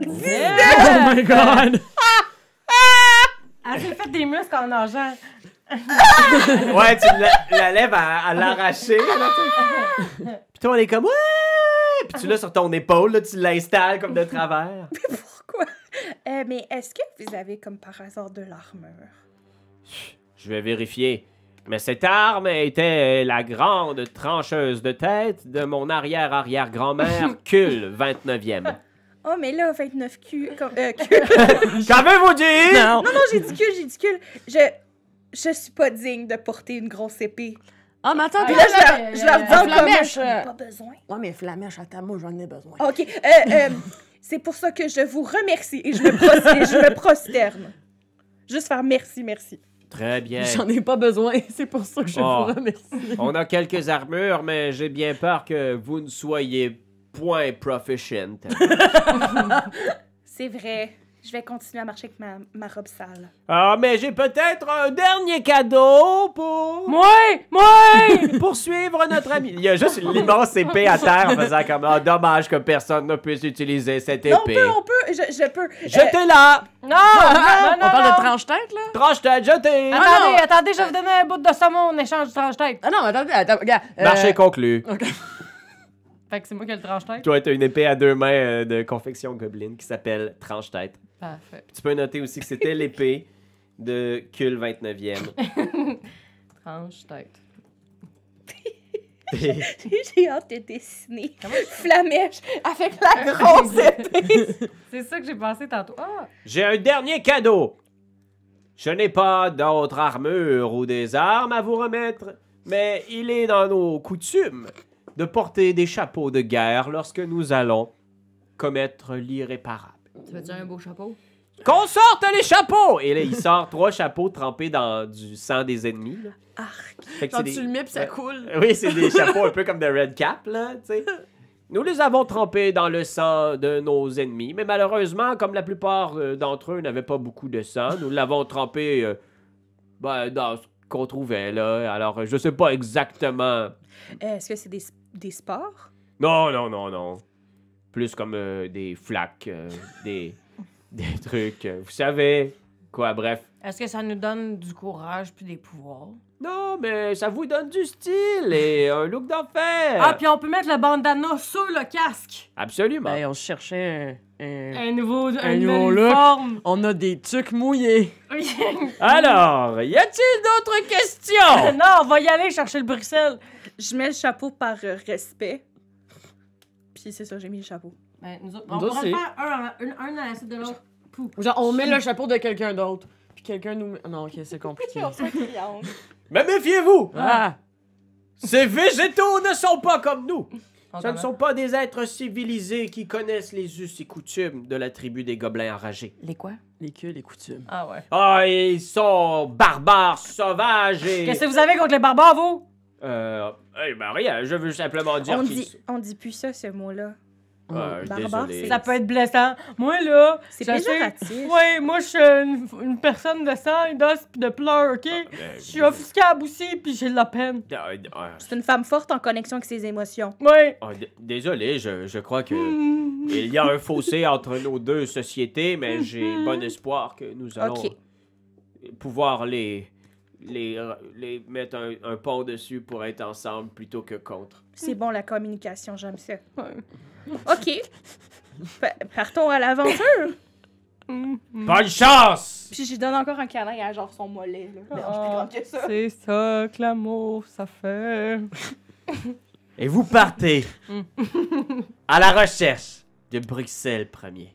Oh my god!
Elle s'est Ah, fait des muscles en nageant.
Ouais, tu la, la lèves à, à l'arracher. là, tu sais. Puis toi, on est comme ouais. Puis tu l'as sur ton épaule, là, tu l'installes comme de travers.
Euh, mais est-ce que vous avez comme par hasard de l'armure?
Je vais vérifier. Mais cette arme était euh, la grande trancheuse de tête de mon arrière-arrière-grand-mère, Kul, 29e.
Oh, mais là, 29 Q. Comme, euh, (laughs) Q.
J'en veux vous dire!
non, non, j'ai dit Q, j'ai dit Q. Je, je suis pas digne de porter une grosse épée.
Ah, mais attends,
Puis
là-
là, je leur, je leur dis en commun,
Flamèche,
j'en ai pas besoin.
Ouais, mais Flamèche, attends, moi, j'en ai
Oh,
besoin.
OK. euh, euh, c'est pour ça que je vous remercie et je me, pros- et je me prosterne. Juste faire merci, merci.
Très bien.
J'en ai pas besoin, (laughs) c'est pour ça que je
Oh.
vous remercie.
On a quelques armures, mais j'ai bien peur que vous ne soyez point proficient.
C'est vrai. Je vais continuer à marcher avec ma, ma robe sale.
Ah, mais j'ai peut-être un dernier cadeau pour
Ouais! Ouais!
poursuivre notre ami. Il y a juste l'immense épée à terre en faisant comme Ah, dommage que personne ne puisse utiliser cette
Non, on
épée.
peut, on peut. Je, je peux. Euh,
Jetez la
(laughs) Non! non,
Ah, On
non,
parle
non.
de tranche-tête, là?
Tranche tête, jetez!
Ah,
Attendez, attendez, je vais vous donner un bout de saumon en échange du tranche-tête.
Ah non, attendez, attends, regarde. euh,
Marché conclu.
(laughs) Fait que c'est moi qui ai le tranche-tête.
Toi, t'as une épée à deux mains euh, de confection goblin qui s'appelle Tranche tête.
Parfait.
Tu peux noter aussi que c'était l'épée de Kul 29e.
Tranche-tête.
Euh, (laughs) j'ai hâte de dessiner Flamèche avec (laughs) la grosse épée.
C'est ça que j'ai pensé tantôt. Ah!
J'ai un dernier cadeau. Je n'ai pas d'autre armure ou des armes à vous remettre, mais il est dans nos coutumes de porter des chapeaux de guerre lorsque nous allons commettre l'irréparable.
Tu veux-tu un beau chapeau?
Qu'on sorte les chapeaux! Et là, il sort trois chapeaux trempés dans du sang des ennemis. là.
Arc.
Fait que
Quand
c'est
tu
des-
le mets, puis ça
Ouais.
coule.
(laughs) Oui, c'est des chapeaux un peu comme de Red Cap, là, tu sais. Nous les avons trempés dans le sang de nos ennemis, mais malheureusement, comme la plupart euh, d'entre eux n'avaient pas beaucoup de sang, nous l'avons trempé euh, ben, dans ce qu'on trouvait, là. Alors, euh, je sais pas exactement.
Euh, Est-ce que c'est des, des sports?
Non, non, non, non. Plus comme euh, des flaques, euh, des, (laughs) des trucs, euh, vous savez. Quoi, bref.
Est-ce que ça nous donne du courage puis des pouvoirs?
Non, mais ça vous donne du style et un look d'enfer.
Ah, puis on peut mettre le bandana sur le casque!
Absolument.
Ben, on cherchait un- un...
Un nouveau, un
nouveau
nouvel
look.
uniforme.
On a des trucs mouillés.
Alors, y a-t-il d'autres questions?
Non, on va y aller chercher le Bruxelles.
Je mets le chapeau par euh, respect. Puis c'est ça, j'ai mis le chapeau.
Ben, nous autres,
Nous autres, c'est-
faire un, à la- une- un à la suite de l'autre.
Genre, on met le chapeau de quelqu'un d'autre, puis quelqu'un nous... met- Non, OK, c'est compliqué.
(laughs) Mais méfiez-vous!
Ah!
Ces végétaux ne sont pas comme nous!
On
Ce ne
commence.
sont pas des êtres civilisés qui connaissent les us et coutumes de la tribu des gobelins enragés.
Les quoi?
Les queues, les coutumes.
Ah ouais.
Ah, ils sont barbares, sauvages et...
Qu'est-ce que vous avez contre les barbares, vous?
Euh... Eh ben rien, je veux simplement dire
(laughs)
On Ah,
qu'ils
dit, on dit plus ça, ce mot-là.
Euh,
Barbare,
désolé.
c'est-
Ça peut être blessant. Moi, là,
C'est
je sais-
péjoratif.
Ouais, moi, je suis une, une personne de sang, d'os pis de pleurs, OK?
Eh,
Je suis offuscable aussi, puis j'ai de la peine.
Ah, ah,
C'est une femme forte en connexion avec ses émotions.
Ouais.
ah, d- désolé, je, je crois que
Hmm.
il y a un fossé entre nos deux sociétés, mais j'ai bon espoir que nous allons
Ok.
pouvoir les, les, les mettre un, un pont dessus pour être ensemble plutôt que contre.
C'est bon, la communication, j'aime ça. OK. Pa- partons à l'aventure.
Bonne chance!
Puis j'y donne encore un câlin à genre son mollet. Là. Merde, je suis plus grande que ça.
C'est ça que l'amour, ça fait.
Et vous partez à la recherche de Bruxelles premier.